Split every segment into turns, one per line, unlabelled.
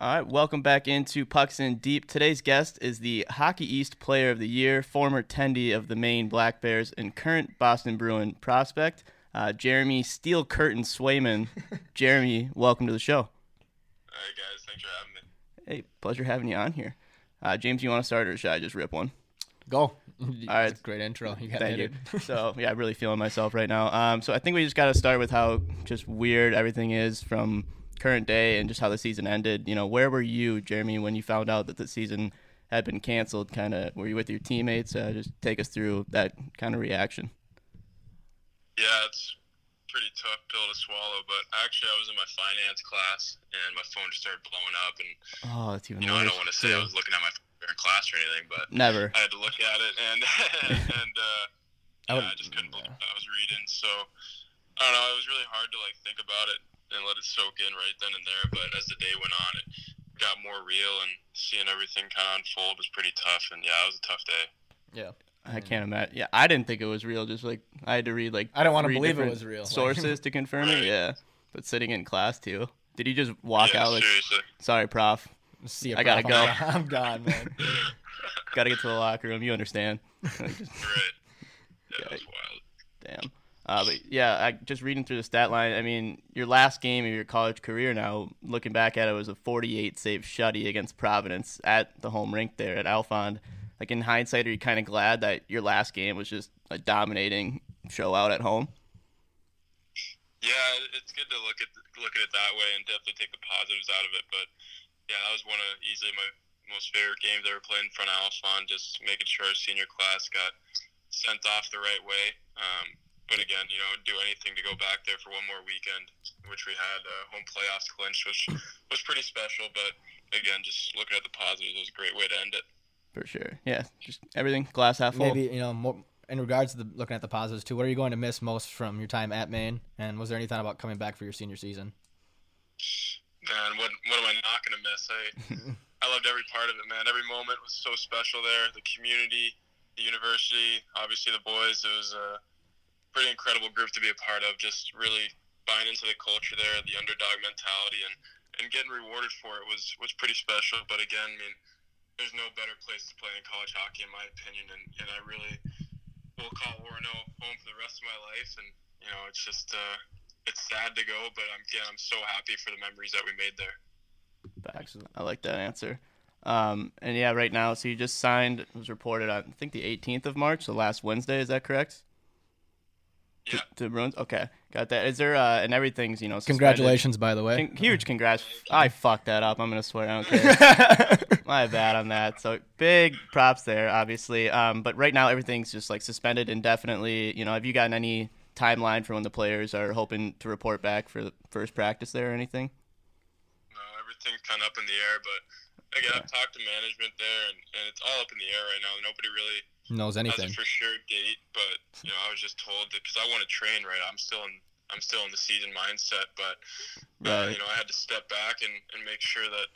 All right, welcome back into Pucks in Deep. Today's guest is the Hockey East Player of the Year, former Tendy of the Maine Black Bears, and current Boston Bruin prospect, uh, Jeremy Steel Curtain Swayman. Jeremy, welcome to the show.
All right, guys, thanks for having me.
Hey, pleasure having you on here. Uh, James, you want to start or should I just rip one?
Go. All
right.
great intro. You got
Thank you.
it.
so yeah, I'm really feeling myself right now. Um, so I think we just got to start with how just weird everything is from current day and just how the season ended. You know, where were you, Jeremy, when you found out that the season had been canceled? Kind of, were you with your teammates? Uh, just take us through that kind of reaction.
Yeah, it's a pretty tough pill to swallow, but actually, I was in my finance class and my phone just started blowing up. And,
Oh, that's even
you know, I
worse.
don't want to say I was looking at my phone in class or anything, but
Never.
I had to look at it and, and, uh,
I
yeah, I
would-
just couldn't believe what I was reading. So, I don't know, it was really hard to, like, think about it and let it soak in right then and there, but as the day went on, it got more real and seeing everything kind of unfold was pretty tough. And, yeah, it was a tough day.
Yeah.
I can't imagine. Yeah, I didn't think it was real. Just like I had to read like
I don't wanna
three
believe it
different
was real.
sources to confirm it.
Right.
Yeah, but sitting in class too. Did he just walk
yeah,
out like,
seriously.
sorry, prof,
See ya,
I gotta
prof. I'm- I'm gone, man.
gotta get to the locker room. You understand? Like, just-
Right. Yeah, it was wild.
Damn. Uh, but yeah, I, just reading through the stat line, I mean, your last game of your college career now, looking back at it, was a 48 save shutty against Providence at the home rink there at Alphond. Like, in hindsight, are you kind of glad that your last game was just a dominating show out at home?
Yeah, it- it's good to look at look at it that way and definitely take the positives out of it. But yeah, that was one of easily my most favorite games I ever played in front of Alphon. Just making sure our senior class got sent off the right way. Um, but again, you know, do anything to go back there for one more weekend, which we had uh, home playoffs clinched, which was pretty special. But again, just looking at the positives was a great way to end it.
For sure. Yeah, just everything glass half full.
Maybe, you know, more, in regards to the, looking at the positives, too, what are you going to miss most from your time at Maine? And was there any thought about coming back for your senior season?
Man, what what am I not gonna miss? I I loved every part of it, man. Every moment was so special there. The community, the university, obviously the boys. It was a pretty incredible group to be a part of. Just really buying into the culture there, the underdog mentality, and and getting rewarded for it was was pretty special. But again, I mean, there's no better place to play in college hockey, in my opinion, and and I really will call Orono home for the rest of my life. And you know, it's just. uh it's sad to go, but I'm, again, I'm so happy for the memories that we made there.
Facts. I like that answer. Um, and yeah, right now, so you just signed, it was reported on, I think, the 18th of March, so last Wednesday, is that correct?
Yeah.
To, to Bruins? Okay, got that. Is there, uh, and everything's, you know, suspended.
Congratulations, by the way.
Con- huge congrats. I fucked that up. I'm going to swear. I don't care.
yeah,
My bad on that. So big props there, obviously. Um, but right now, everything's just like suspended indefinitely. You know, have you gotten any timeline for when the players are hoping to report back for the first practice there or anything?
No, everything's kind of up in the air, but again, I've talked to management there, and, and it's all up in the air right now. Nobody really
knows
has
anything.
a for sure date, but you know, I was just told because I want to train right. I'm still in, I'm still in the season mindset, but uh,
Right.
you know, I had to step back and, and make sure that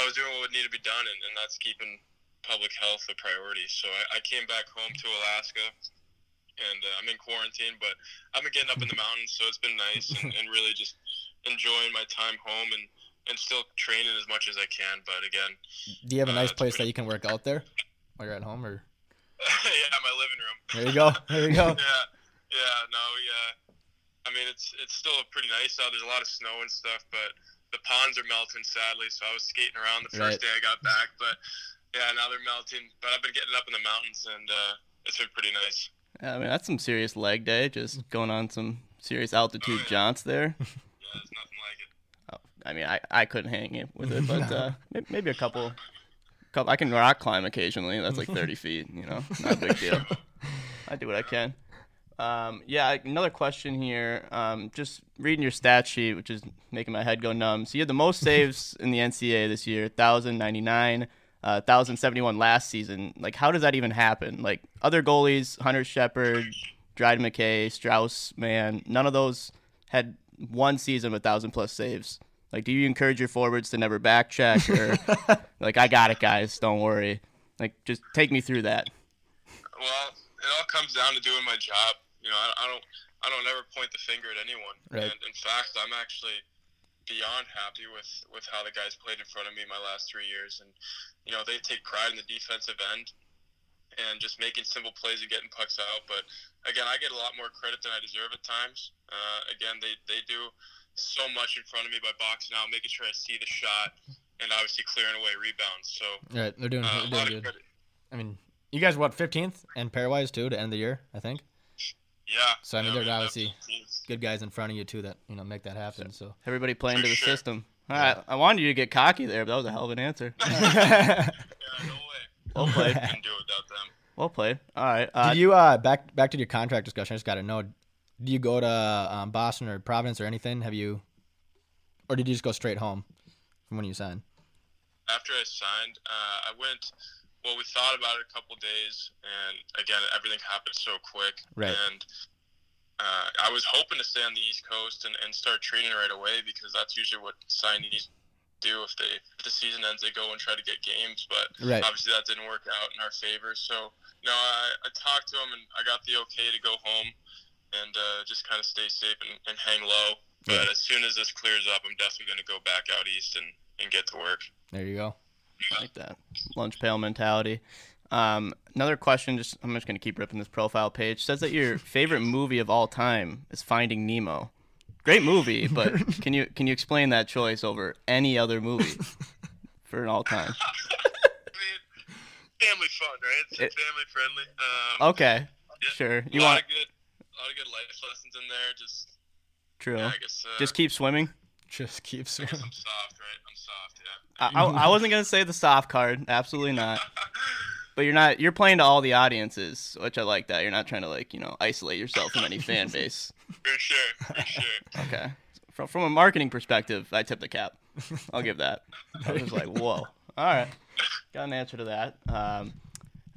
I was doing what would need to be done, and, and that's keeping public health a priority. So I, I came back home to Alaska, and uh, I'm in quarantine, but I've been getting up in the mountains, so it's been nice and, and really just enjoying my time home and, and still training as much as I can. But again,
Do you have a nice
uh,
place that you can work out there while you're at home? Or
yeah, my living room.
There you go. There you go.
yeah, yeah, no, yeah. I mean, it's it's still pretty nice out. There's a lot of snow and stuff, but the ponds are melting sadly. So I was skating around the
Right.
first day I got back, but yeah, now they're melting. But I've been getting up in the mountains, and uh, it's been pretty nice.
I mean, that's some serious leg day. Just going on some serious altitude jaunts there.
Yeah, there's nothing like it.
I mean, I, I couldn't hang it with it, but uh, may- maybe a couple, couple. I can rock climb occasionally. That's like 30 feet, you know, not a big deal. I do what I can. Um, yeah, I- another question here. Um, just reading your stat sheet, which is making my head go numb. So you had the most saves in the NCAA this year, 1,099, uh, 1,071 last season. Like, how does that even happen? Like, other goalies, Hunter Shepard, Dryden McKay, Strauss, man, none of those had one season with 1,000 plus saves. Like, do you encourage your forwards to never back check or, like, I got it, guys, don't worry? Like, just take me through that.
Well, it all comes down to doing my job. You know, I, I don't, I don't ever point the finger at anyone.
Right.
And in fact, I'm actually beyond happy with with how the guys played in front of me my last three years, and you know they take pride in the defensive end and just making simple plays and getting pucks out. But again, I get a lot more credit than I deserve at times. Uh, again, they they do so much in front of me by boxing out, making sure I see the shot, and obviously clearing away rebounds. So
Right, they're
uh,
doing,
a
Mm-hmm. they're
lot
doing
of
good.
credit.
I mean, you guys what fifteenth and pairwise too to end the year, I think.
Yeah.
So, I mean,
yeah,
they're
we ended up
obviously-
15th.
Good guys in front of you too that you know make that happen. So
Everybody playing
For
to the
sure.
system. All right, I wanted you to get cocky there, but that was a hell of an answer.
Yeah, no way.
Well played.
Couldn't do it without them.
Well played. All right. Uh,
Did you uh back back to your contract discussion? I just got to know. Do you go to um, Boston or Providence or anything? Have you, or did you just go straight home from when you signed?
after I signed, uh, I went. Well, we thought about it a couple days, and again, everything happened so quick.
Right.
And uh, I was hoping to stay on the East Coast and, and start training right away because that's usually what signees do if they if the season ends, they go and try to get games. But
Right.
obviously, that didn't work out in our favor. So no, I, I talked to him and I got the okay to go home and uh, just kind of stay safe and, and hang low. But as soon as this clears up, I'm definitely going to go back out east and, and get to work.
There you go.
like that lunch pail mentality. Um, another question. Just I'm just gonna keep ripping this profile page. Says that your favorite movie of all time is Finding Nemo. Great movie, but can you can you explain that choice over any other movie for an all time?
I mean, family fun, right? It's
It-
family friendly. Um,
Okay,
yeah,
sure. You
a lot
want
of good, a lot of good life lessons in there. Just,
true?
yeah, I guess. Uh,
Just keep swimming.
Just keep
I guess
swimming.
I'm soft, right? I'm soft.
I,
Yeah.
I, I wasn't gonna say the soft card. Absolutely not. But you're not. You're playing to all the audiences, which I like. That you're not trying to like you know isolate yourself from any fan base.
For sure. For sure.
Okay. From from a marketing perspective, I tip the cap. I'll give that. I was like, whoa. All right. Got an answer to that. Um,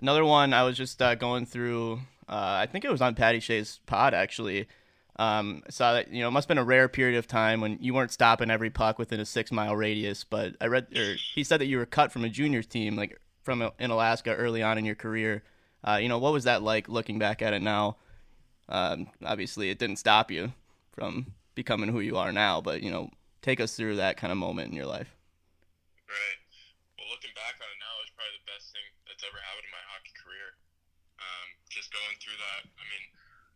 another one. I was just uh, going through. Uh, I think it was on Patty Shea's pod actually. Um, I saw that you know it must have been a rare period of time when you weren't stopping every puck within a six mile radius. But I read, or he said that you were cut from a junior team, like from uh, in Alaska early on in your career. Uh, you know what was that like looking back at it now? Um, obviously, it didn't stop you from becoming who you are now, but you know, take us through that kind of moment in your life.
Right. Well, looking back on it now, it's probably the best thing that's ever happened in my hockey career. Um, just going through that. I mean,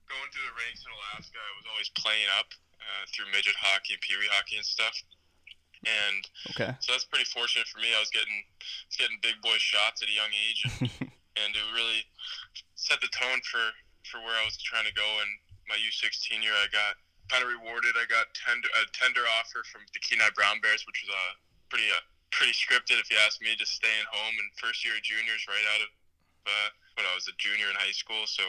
going through the ranks in Alaska, I was always playing up uh, through midget hockey and pee wee hockey and stuff. And
Okay.
So that's pretty fortunate for me. I was getting was getting big boy shots at a young age, and, and it really set the tone for for where I was trying to go. And my U16 year, I got kind of rewarded. I got tender, a tender offer from the Kenai Brown Bears, which was uh, pretty uh, pretty scripted, if you ask me. Just staying home and first year of juniors, right out of uh, when I was a junior in high school. So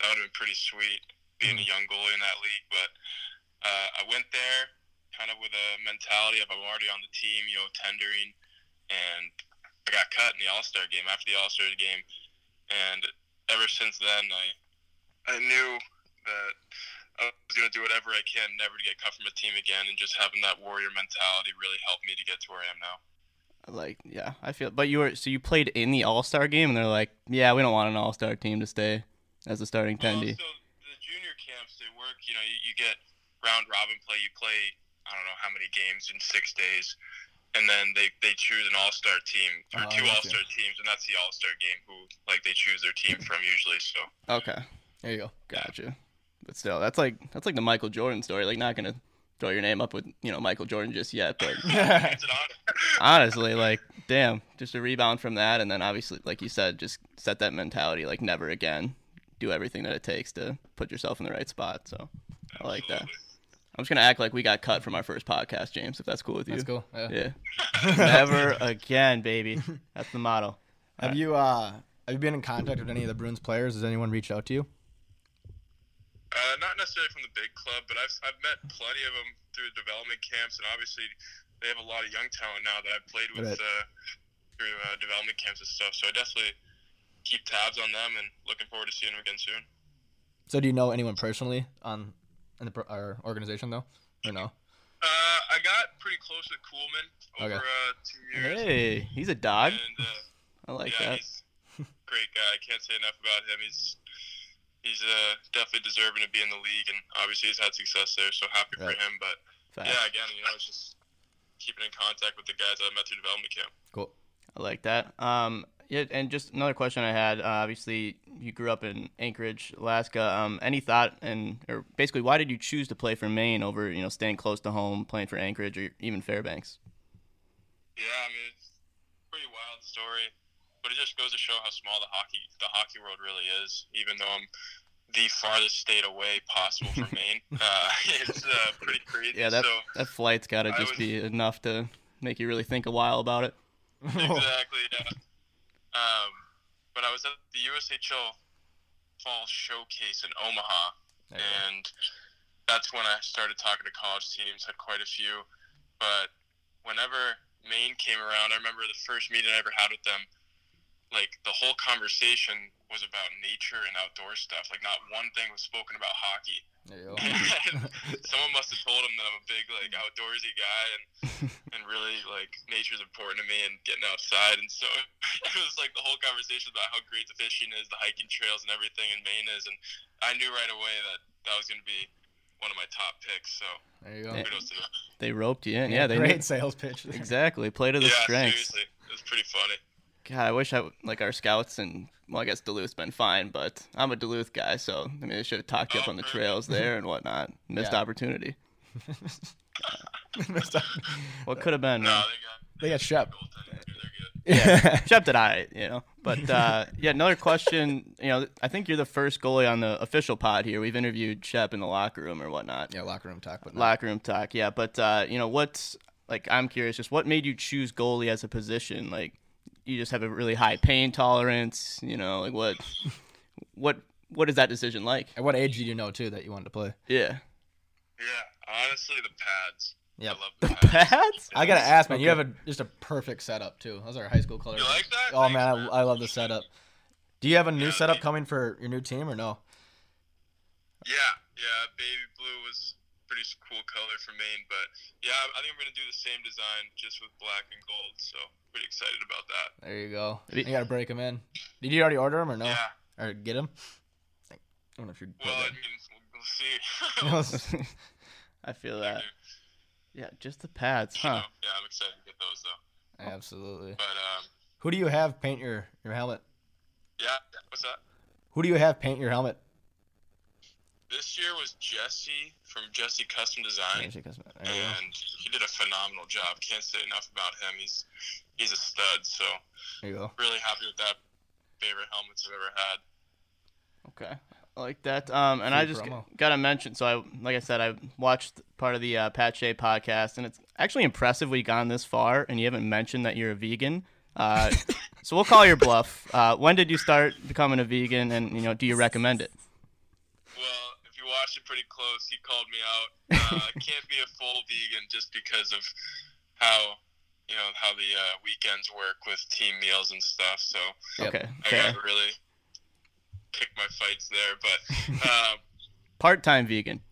that would have been pretty sweet being a young goalie in that league. But uh, I went there kind of with a mentality of I'm already on the team, you know, tendering, and I got cut in the All Star game after the All Star game, and ever since then I I knew that I was gonna do whatever I can never to get cut from a team again, and just having that warrior mentality really helped me to get to where I am now.
Like, yeah, I feel. But you were so you played in the All Star game, and they're like, yeah, we don't want an All Star team to stay as a starting tendy.
Also, the junior camps they work. You know, you, you get round robin play. You play I don't know how many games in six days, and then they they choose an all star team or
Oh,
two
I
all
see.
star teams, and that's the all star game. Who like they choose their team from usually. So
Okay,
There you go.
gotcha. But still, that's like that's like the Michael Jordan story. Like, not gonna throw your name up with you know Michael Jordan just yet, but
it's an honor.
honestly, like, damn, just a rebound from that, and then obviously, like you said, just set that mentality like never again. Do everything that it takes to put yourself in the right spot. So, I like that. I'm just gonna act like we got cut from our first podcast, James. If that's cool with you.
That's cool. Yeah.
Yeah. Never again, baby. That's the motto.
Have you uh have you been in contact with any of the Bruins players? Has anyone reached out to you?
Uh, not necessarily from the big club, but I've, I've met plenty of them through development camps, and obviously they have a lot of young talent now that I've played with
Right.
uh, through uh, development camps and stuff. So I definitely keep tabs on them and looking forward to seeing them again soon.
So do you know anyone personally on in the pro- our organization though, or no?
Uh, I got pretty close with Coolman over
Okay.
uh, two years.
Hey, he's a dog.
And,
I
uh,
like that.
yeah, he's a great guy. I can't say enough about him. He's he's uh, definitely deserving to be in the league, and obviously he's had success there, so happy for
Right.
him. But
Fact.
yeah, again, you know, it's just keeping in contact with the guys that I met through development camp.
Cool.
I like that. Um, yeah, and just another question I had. Uh, obviously, you grew up in Anchorage, Alaska. Um, any thought and or basically, why did you choose to play for Maine over you know staying close to home, playing for Anchorage or even Fairbanks?
Yeah, I mean, it's a pretty wild story, but it just goes to show how small the hockey the hockey world really is. Even though I'm the farthest state away possible from Maine, uh, it's uh, pretty crazy.
Yeah, that
so,
that flight's got to
I
just
was-
be enough to make you really think a while about it.
Oh.
exactly. Yeah. Um, but I was at the USHL Fall Showcase in Omaha,
There you go.
and that's when I started talking to college teams. Had quite a few, but whenever Maine came around, I remember the first meeting I ever had with them. Like the whole conversation was about nature and outdoor stuff. Like not one thing was spoken about hockey.
There you go.
Someone must have told him that I'm a big like outdoorsy guy and and really like nature's important to me and getting outside. And so it was like the whole conversation about how great the fishing is, the hiking trails, and everything in Maine is. And I knew right away that that was going to be one of my top picks. So
There you go.
Yeah.
kudos to them.
They roped you in. Yeah, they
great sales pitch. there.
exactly play to the
yeah,
strengths.
seriously, it was pretty funny.
God, I wish I w- like our scouts and well, I guess Duluth's been fine, but I'm a Duluth guy, so I mean they should have talked you
Oh,
up on the trails there and whatnot. Missed
Yeah.
opportunity.
Messed up.
What could have been?
Uh,
Mm-hmm.
No,
man?
they got
They got Shep.
goaltending. They're good.
yeah, Shep did I, you know. But uh, yeah, another question. You know, I think you're the first goalie on the official pod here. We've interviewed Shep in the locker room or whatnot.
yeah, locker room talk, but
Locker room talk, yeah. But uh, you know, what's like? I'm curious, just what made you choose goalie as a position? Like, you just have a really high pain tolerance. You know, like what, what, what is that decision like?
At what age did you know too that you wanted to play?
Yeah,
Yeah, honestly, the pads.
Yep.
I love
the
the pads.
pads.
I gotta ask, man. You
Okay.
have a just a perfect setup too. Those are high school colors.
You like that?
Oh
Thanks,
man, I,
man.
I love the setup. Do you have a new
Yeah,
setup
dude.
coming for your new team or no?
Yeah, yeah, baby blue was pretty s- cool color for Maine, but yeah, I- I think I'm gonna do the same design just with black and gold. So pretty excited about that.
There you go. You
Maybe-
gotta break them in. Did you already order them or no?
Yeah.
Or get them? I don't know if you're.
Well, I mean, we'll, we'll see.
I feel that. Yeah, just the pads,
So,
huh?
yeah, I'm excited to get those though.
Absolutely.
But um,
Who do you have paint your your helmet?
yeah, what's that?
Who do you have paint your helmet?
This year was Jesse from Jesse Custom Design.
There you go.
And he did a phenomenal job. Can't say enough about him. He's he's a stud. So
There you go.
really happy with that. Favorite helmets I've ever had.
Okay. I like that. Um, and I
Free
just
promo.
got to mention. So I, like I said, I watched part of the uh, Pat Shea podcast, and it's actually impressive we've gone this far, and you haven't mentioned that you're a vegan. Uh, so we'll call your bluff. Uh, when did you start becoming a vegan, and you know, do you recommend it?
Well, if you watched it pretty close, he called me out. Uh, I can't be a full vegan just because of how you know how the uh, weekends work with team meals and stuff. So
Yep.
Okay,
I
fair.
gotta really pick my fights there. But um,
Part-time vegan.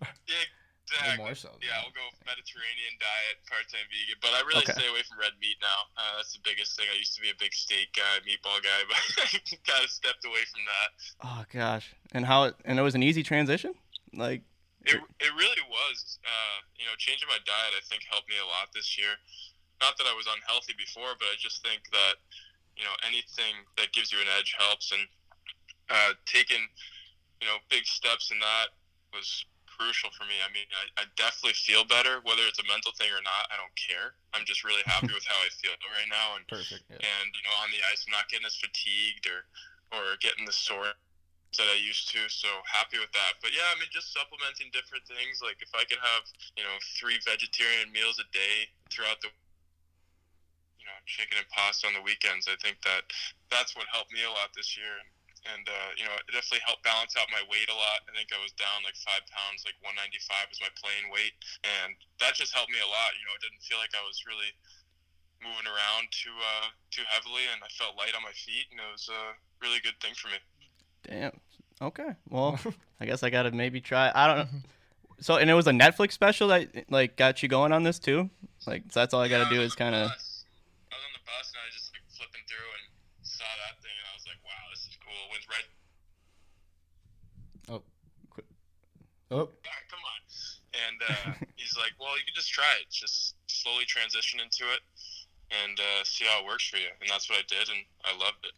yeah,
Even
exactly.
More so.
Yeah, I'll go Mediterranean diet, part-time vegan, but I really
Okay.
stay away from red meat now. Uh, that's the biggest thing. I used to be a big steak guy, meatball guy, but I kind of stepped away from that.
Oh gosh, and how? It, and it was an easy transition. Like,
It, it really was. Uh, you know, changing my diet, I think, helped me a lot this year. Not that I was unhealthy before, but I just think that, you know, anything that gives you an edge helps. And uh, taking, you know, big steps in that was crucial for me. I mean, I, I definitely feel better, whether it's a mental thing or not. I don't care. I'm just really happy with how I feel right now. And
Perfect. Yeah.
and you know on the ice I'm not getting as fatigued or or getting the sore that I used to so happy with that but yeah I mean just supplementing different things like if I could have you know three vegetarian meals a day throughout the you know chicken and pasta on the weekends I think that that's what helped me a lot this year and uh, you know it definitely helped balance out my weight a lot I think I was down like five pounds like 195 was my playing weight and that just helped me a lot you know it didn't feel like I was really moving around too uh, too heavily, and I felt light on my feet, and it was a really good thing for me.
damn. Okay. Well, I guess I gotta maybe try. I don't know. So, and it was a Netflix special that like got you going on this too. Like, so that's all I gotta do is kind of.
I was on the bus and I was just like flipping through and saw that thing, and I was like, "Wow, this is cool." Went right
Oh, Oh.
back, come on. And uh, he's like, "Well, you can just try it. It's just slowly transition into it and uh, see how it works for you. And that's what I did, and I loved it.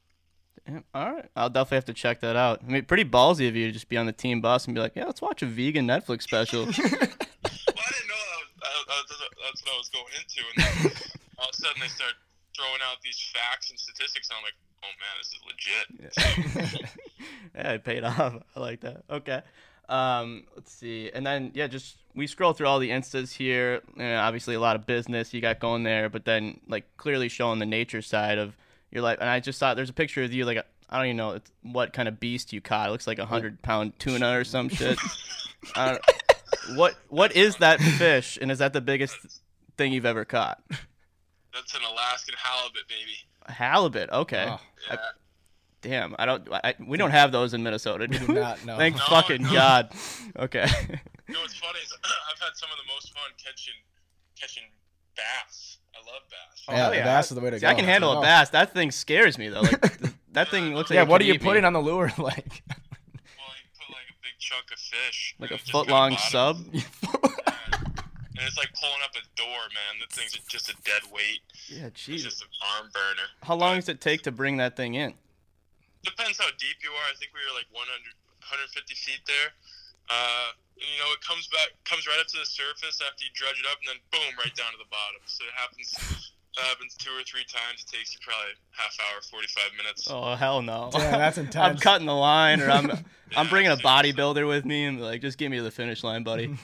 Yeah, All right, I'll definitely have to check that out. I mean, pretty ballsy of you to just be on the team bus and be like, "Yeah, let's watch a vegan Netflix special."
well, I didn't know that was, that, that, that, that's what I was going into, and then all of a sudden they start throwing out these facts and statistics, and I'm like, oh man, this is legit.
yeah, it paid off. I like that. Okay. Um, let's see. And then yeah, just we scroll through all the instas here. You know, obviously a lot of business you got going there, but then like clearly showing the nature side of your life. And I just saw there's a picture of you like I don't even know it's, what kind of beast you caught. It looks like a hundred pound tuna or some shit. I don't, what what is that fish? And is that the biggest thing you've ever caught?
That's an Alaskan halibut, baby.
Halibut. Okay.
Oh.
Yeah.
Damn, I don't. I, we don't have those in Minnesota.
We
do
do not, no.
Thank
No,
fucking
no.
God. Okay.
you know what's funny is I've had some of the most fun catching catching bass. I love bass.
Oh,
yeah,
hell
the
yeah.
bass is the way to
See,
go.
I can handle a
Oh.
bass. That thing scares me though. Like th- that thing looks like
Yeah,
it
what
could
are you
eat
putting
me.
on the lure? Like,
Well, you put like a big chunk of fish,
Like
and
a
it just
foot
kinda
long
bottoms.
sub.
and it's like pulling up a door, man. That thing's just a dead weight.
Yeah,
It's
jeez.
just an arm burner.
How long does it take to bring that thing in?
depends how deep you are. I think we were like 100, 150 feet there. Uh, and you know, it comes back, comes right up to the surface after you dredge it up, and then boom, right down to the bottom. So it happens. That happens two or three times. It takes you probably half hour, 45 minutes.
Oh hell no.
Damn, that's
I'm
intense.
cutting the line, or I'm I'm
Yeah,
bringing a
it's just-
bodybuilder with me and be like just give me to the finish line, buddy.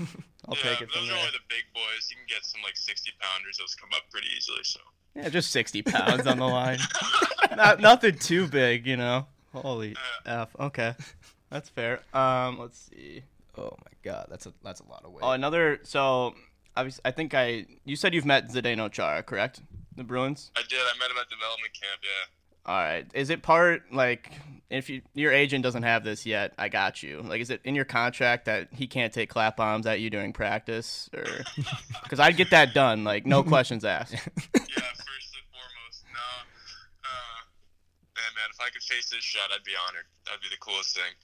I'll
yeah,
take it from
those
there.
are only the big boys. You can get some like 60 pounders. Those come up pretty easily. So
Yeah, just 60 pounds on the line. Not nothing too big, you know. Holy
Uh,
f. Okay, that's fair. Um, let's see.
oh my god, that's a that's a lot of weight.
Oh, another. So, obviously, I think I. You said you've met Zdeno Chara, correct? The Bruins.
I did. I met him at development camp. Yeah.
All right. Is it part like if you, your agent doesn't have this yet? I got you. Like, is it in your contract that he can't take clap bombs at you during practice, or because I'd get that done, like no questions asked.
Yeah. First and foremost, no. Uh, man, man, if I could face this shot, I'd be honored. That'd be the coolest thing.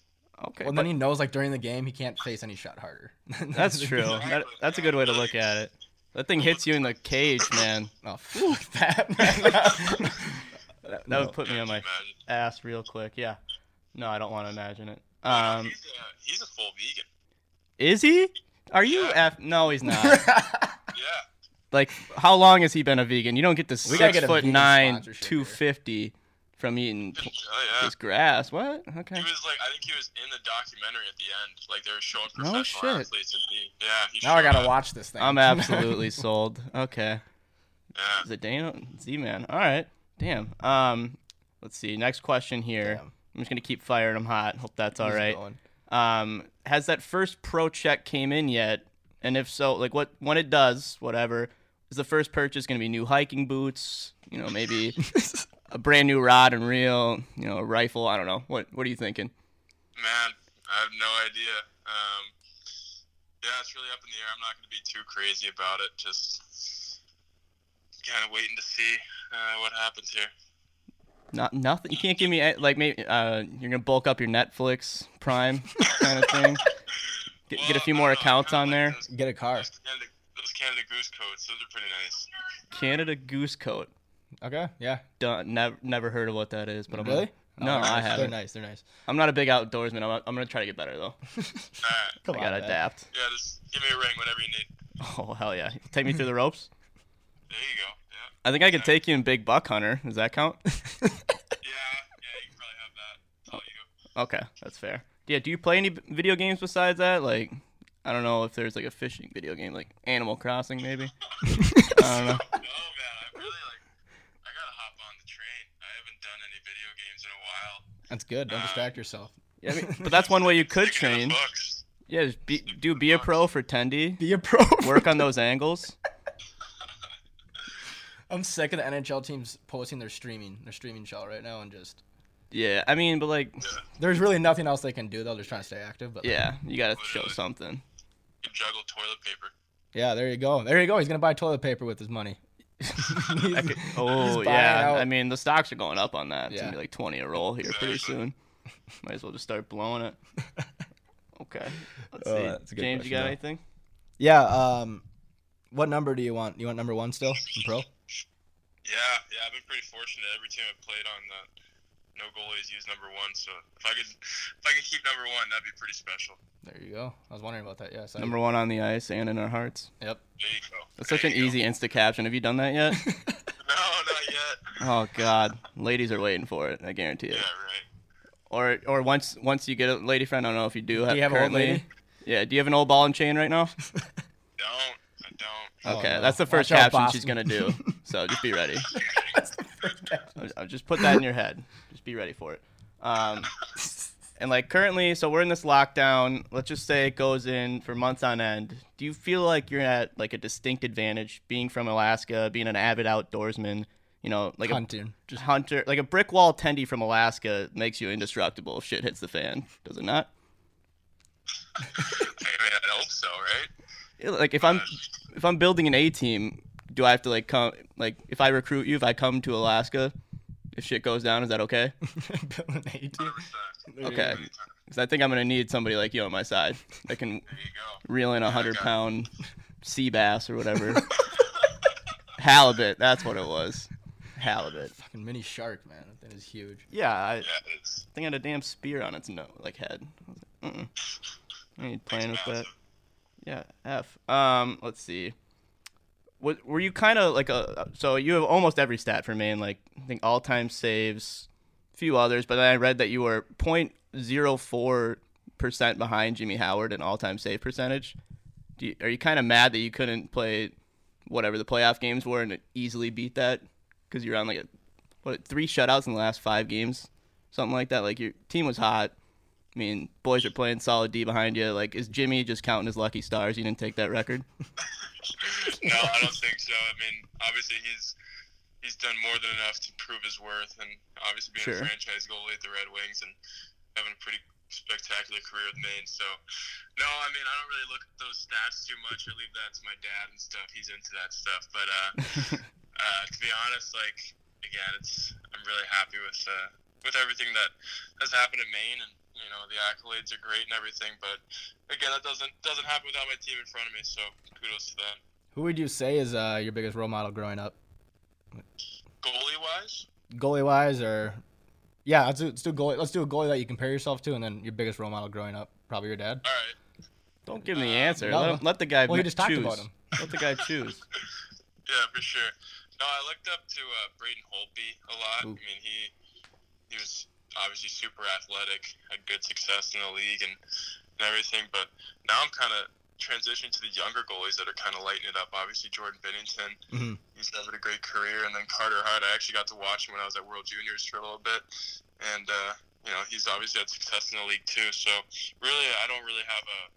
Okay.
well,
but-
then he knows like during the game he can't face any shot harder.
That's true. That, that's a good way to look at it. That thing hits you in the cage, man.
Oh fuck that. man.
That, that
No.
would put me on my
Imagine.
ass real quick. Yeah. No, I don't want to imagine it.
No,
Um,
he's, a, he's a full vegan.
is he? Are you f? No, he's not.
Yeah.
Like, how long has he been a vegan? You don't get to
We gotta
six
get a
foot
vegan
nine,
sponsorship here.
two fifty from eating p-
Oh yeah.
this grass. What?
He
Okay.
was like, I think he was in the documentary at the end. Like they were showing
No
professional
shit.
athletes, and he, yeah. He
now I
showed
gotta
up.
watch this thing.
I'm absolutely sold. Okay.
Yeah.
Zdeno, Z man. All right. Damn. Um, let's see. Next question here.
Damn.
I'm just gonna keep firing them hot. Hope that's all
Who's
right.
going?
um, has that first pro check came in yet? And if so, like what when it does, whatever, is the first purchase going to be new hiking boots? You know, maybe a brand new rod and reel. You know, a rifle. I don't know. What What are you thinking?
Man, I have no idea. Um, yeah, it's really up in the air. I'm not going to be too crazy about it. Just kind of waiting to see uh, what happens here.
Not nothing. You can't give me a- like maybe uh, you're gonna bulk up your Netflix Prime kind of thing. Get, get a
Well,
few
I
more
don't know,
accounts
kinda
on
like
there.
Those,
Get a car.
those Canada, those Canada Goose coats, those are pretty nice.
Canada Goose Coat.
Okay. Yeah.
Done. Never never heard of what that is, but I'm
Really?
Gonna, no,
Oh,
I
nice. They're
haven't.
nice. They're nice.
I'm not a big outdoorsman. I'm, I'm gonna try to get better though.
All right.
Come
I
on,
gotta
man.
adapt.
Yeah, just give me a ring whenever you need.
Oh hell yeah! Take me through the ropes.
There you go. Yeah.
I think I could take you in Big Buck Hunter. Does that count?
Yeah, yeah, you can probably have that. It's all you.
okay, that's fair. Yeah. Do you play any b- video games besides that? Like, I don't know if there's like a fishing video game, like Animal Crossing, maybe. I don't know.
No, man, I really like. I gotta hop on the train. I haven't done any video games in a while.
That's good. Don't
Uh,
distract yourself.
Yeah, I mean, but that's one way you could
Sticking
train.
to the books.
Yeah, just be, do be a pro for tendy.
Be a pro.
Work on those angles.
I'm sick of the NHL teams posting their streaming, their streaming show right now, and just
Yeah, I mean, but like,
there's really nothing else they can do though. They're just trying to stay active, but
yeah, you gotta show something.
You juggle toilet paper.
yeah. There you go. There you go. He's gonna buy toilet paper with his money.
I
He's-
could-
he's
oh
buying
yeah,
out-
I mean the stocks are going up on that. It's
Yeah.
gonna be like twenty a roll here pretty soon. Might as well just start blowing it. Okay, let's
Oh,
see.
that's a good
James, you
question,
got
though.
anything?
yeah. Um, What number do you want? You want number one still in pro?
Yeah, yeah, I've been pretty fortunate. Every team I've played on, uh, no goalies use number one. So if I could, if I could keep number one, that'd be pretty special.
There you go. I was wondering about that. Yes. I-
Number one on the ice and in our hearts.
Yep.
There you go.
That's such
There
an
you go.
easy Insta caption. Have you done that yet?
No, not yet.
oh God, ladies are waiting for it. I guarantee it.
Yeah, right.
Or or once once you get a lady friend, I don't know if you do.
Do you have an old
currently.
lady?
Yeah. Do you have an old ball and chain right now?
Don't. I don't.
Oh,
Okay,
no.
that's the first
Watch out,
caption she's
Boston.
gonna do. So just be ready. I'll- I'll just put that in your head. Just be ready for it. Um, and like currently, so we're in this lockdown. Let's just say it goes in for months on end. Do you feel like you're at like a distinct advantage being from Alaska, being an avid outdoorsman? You know, like a
Hunting.
just hunter, like a brick wall attendee from Alaska makes you indestructible if shit hits the fan, does it not?
Hey, man, I hope so, right?
like if I'm if I'm building an A team, do I have to like come like if I recruit you, if I come to Alaska, if shit goes down, is that okay?
Bill and A team.
100%.
There you
Okay,
go.
because I think I'm gonna need somebody like you on my side that can
There you go.
reel in a hundred pound sea bass or whatever. Halibut, that's what it was. Halibut.
Fucking mini shark, man. That thing is huge.
Yeah, I
Yeah, it's
think had a damn spear on its no like head. I was like, Mm-mm. I ain't playing with that.
massive.
Yeah, F. Um, let's see. What were you kind of like a? uh, So you have almost every stat for Maine. Like I think all time saves, few others. But then I read that you were 0.04 percent behind Jimmy Howard in all time save percentage. Do you, are you kind of mad that you couldn't play whatever the playoff games were and easily beat that because you're on like a, what three shutouts in the last five games, something like that. Like your team was hot. I mean, boys are playing solid D behind you. Like, is Jimmy just counting his lucky stars? You didn't take that record.
no, I don't think so. I mean, obviously he's he's done more than enough to prove his worth, and obviously being
Sure.
a franchise goalie at the Red Wings and having a pretty spectacular career with Maine. So, no, I mean, I don't really look at those stats too much. I leave that to my dad and stuff. He's into that stuff. But uh, uh, to be honest, like again, it's I'm really happy with uh, with everything that has happened at Maine and. You know the accolades are great and everything, but again, that doesn't doesn't happen without my team in front of me. So kudos to them.
Who would you say is uh, your biggest role model growing up?
goalie wise,
Goalie wise, or yeah, let's do, let's do goalie. Let's do a goalie that you compare yourself to, and then your biggest role model growing up, probably your dad.
all right.
Don't give him the answer.
No.
Let, him- let the guy
Well, you
ma-
just talked
choose.
about him.
Let the guy choose.
Yeah, for sure. No, I looked up to uh, Braden Holtby a lot.
Ooh.
I mean, he he was obviously super athletic, had good success in the league and, and everything. But now I'm kind of transitioning to the younger goalies that are kind of lighting it up. Obviously, Jordan Bennington,
Mhm.
he's having a great career, and then Carter Hart. I actually got to watch him when I was at World Juniors for a little bit, and uh, you know he's obviously had success in the league too. So really, I don't really have a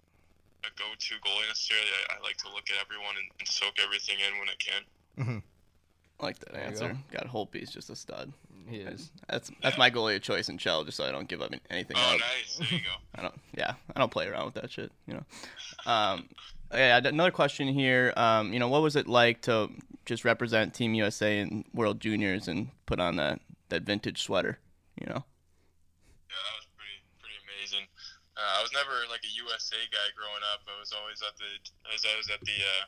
a go-to goalie necessarily. I, I like to look at everyone and, and soak everything in when I can.
I like that
There you
answer. God, Holtby's just a stud.
He
That's
is.
that's, that's my goalie of choice in Shell, just so I don't give up anything.
Oh,
up.
nice. There you go.
I don't. Yeah, I don't play around with that shit. You know. Um, yeah. I'd- Another question here. Um, you know, what was it like to just represent Team USA in World Juniors and put on that that vintage sweater? You know.
Yeah, that was pretty pretty amazing. Uh, I was never like a USA guy growing up. I was always at the I was always at the uh,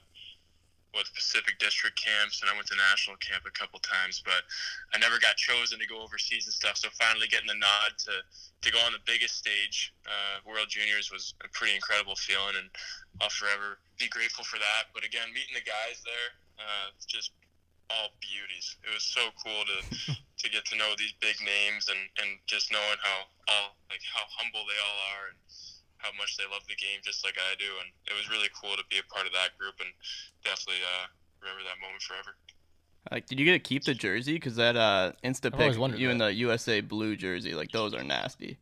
what Pacific District camps, and I went to national camp a couple times, but I never got chosen to go overseas and stuff. So finally getting the nod to to go on the biggest stage, uh, World Juniors, was a pretty incredible feeling, and I'll forever be grateful for that. But again, meeting the guys there, uh, it's just all beauties. It was so cool to to get to know these big names and, and just knowing how all like how humble they all are and how much they love the game just like I do and it was really cool to be a part of that group and definitely uh, remember that moment forever.
Like, did you get to keep the jersey? Because that uh, Insta
I've
pic,
always wondered
you in
that.
the USA blue jersey, like those are nasty.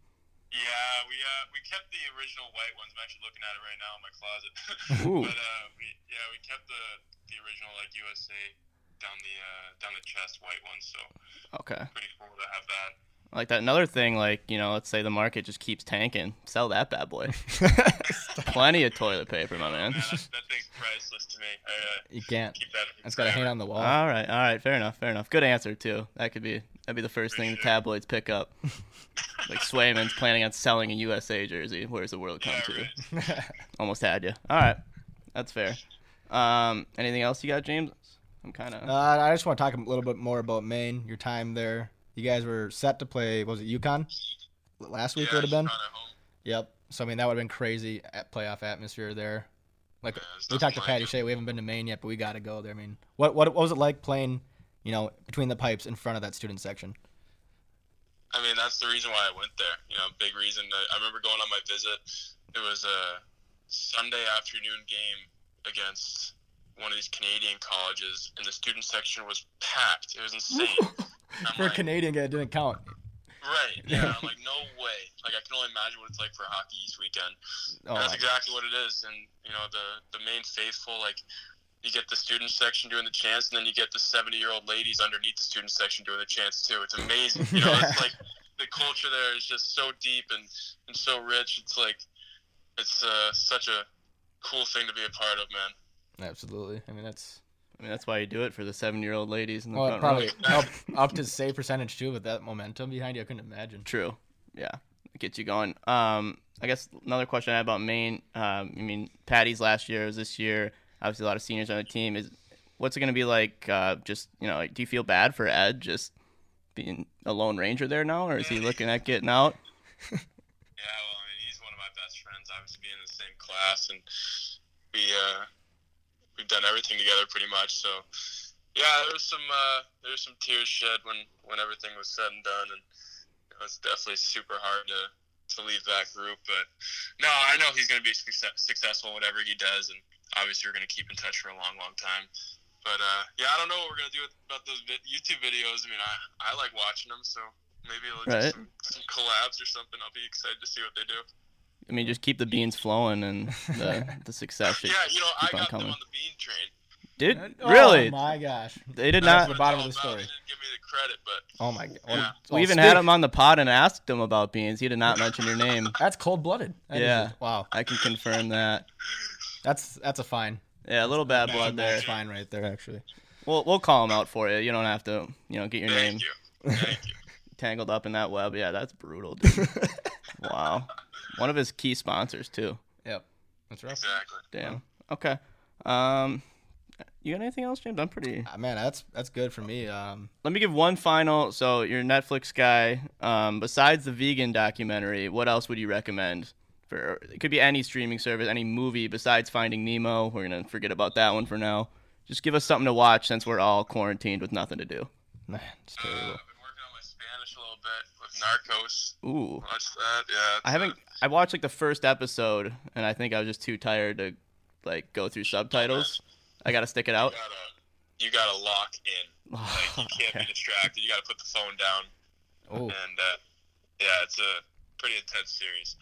Yeah, we uh, we kept the original white ones. I'm actually looking at it right now in my closet.
Ooh.
but uh, we, yeah, we kept the the original like USA down the uh, down the chest white ones. So
Okay.
pretty cool to have that.
Like that. Another thing, like you know, let's say the market just keeps tanking, sell that bad boy. Plenty of toilet paper, my man.
Man, that, that thing's priceless to me. I uh,
you can't.
keep that.
That's got a hand on the wall.
All right, all right, fair enough, fair enough. Good answer too. That could be that'd be the first thing the tabloids pick up. like Swayman's planning on selling a USA jersey. Where's the world come
Yeah,
to?
right.
Almost had you. All right, that's fair. Um, anything else you got, James? I'm kind of.
Uh, I just want to talk a little bit more about Maine. Your time there. You guys were set to play. Was it UConn? Last week
yeah,
would have been.
UConn at home.
Yep. So I mean that would have been crazy at playoff atmosphere there. Like
Yeah, it's
we
nothing
talked to
like
Patty
it.
Shea, we haven't been to Maine yet, but we got to go there. I mean, what what what was it like playing, you know, between the pipes in front of that student section?
I mean, that's the reason why I went there. You know, big reason. I, I remember going on my visit. It was a Sunday afternoon game against one of these Canadian colleges, and the student section was packed. It was insane. I'm
For a
like,
Canadian guy, it didn't count.
right? Yeah. I'm like, no way. Like, I can only imagine what it's like for Hockey East weekend.
Oh,
That's exactly what it is, and you know the the main faithful like you get the student section doing the chants, and then you get the seventy year old ladies underneath the student section doing the chants too. It's amazing. You know, it's like the culture there is just so deep and and so rich. It's like it's uh, such a cool thing to be a part of, man.
absolutely. I mean, that's
I mean, that's why you do it for the seven-year-old ladies in the
well,
front
probably
row.
up, up to save percentage too. With that momentum behind you, I couldn't imagine.
True. Yeah, it gets you going. Um, I guess another question I had about Maine. Um, I mean, Patty's last year was this year. Obviously, a lot of seniors on the team. Is what's it going to be like? Uh, just you know, like, do you feel bad for Ed just being a lone ranger there now, or is he looking at getting out?
Yeah, well, I mean, he's one of my best friends. Obviously, being in the same class, and we uh, we've done everything together pretty much. So, yeah, there was some uh, there was some tears shed when when everything was said and done, and you know, it's definitely super hard to to leave that group. But no, I know he's going to be success, successful in whatever he does, and obviously, we're going to keep in touch for a long, long time. But uh, yeah, I don't know what we're going to do with, about those vi- YouTube videos. I mean, I I like watching them, so. Maybe it'll do
Right.
some, some collabs or something. I'll be excited to see what they do.
I mean, just keep the beans flowing and the, the success. should-
yeah, you know, I
keep on
got
coming.
them on the bean train.
Did
Oh,
really?
my gosh.
They did
That's
not.
the
That's
bottom
all
of the
about.
story.
They didn't give me the credit, but
Oh my god.
Yeah.
We even had him on the pod and asked him about beans. He did not mention your name.
That's cold blooded.
Yeah.
Wow.
I can confirm that.
That's that's a fine.
Yeah, a little bad blood there.
That's fine right there, actually.
We'll we'll call him out for you. You don't have to, you know, get your name
thank you, thank you.
tangled up in that web. Yeah, that's brutal. Dude. wow, one of his key sponsors too.
Yep. That's rough.
Exactly.
Damn. Okay. Um, you got anything else, James? I'm pretty.
Ah, man, that's that's good for me. Um,
Let me give one final. So you're a Netflix guy. Um, besides the vegan documentary, what else would you recommend? For it could be any streaming service, any movie besides Finding Nemo. We're gonna forget about that one for now. Just give us something to watch since we're all quarantined with nothing to do.
man, it's
Uh,
terrible.
I've been working on my Spanish a little bit with Narcos.
Ooh.
Watch that. Yeah.
I haven't. I watched like the first episode, and I think I was just too tired to like go through subtitles. I gotta stick it out. Oh,
You gotta, you gotta lock in. Like you can't
Okay.
be distracted. You gotta put the phone down.
Oh,
And uh, yeah, it's a pretty intense series.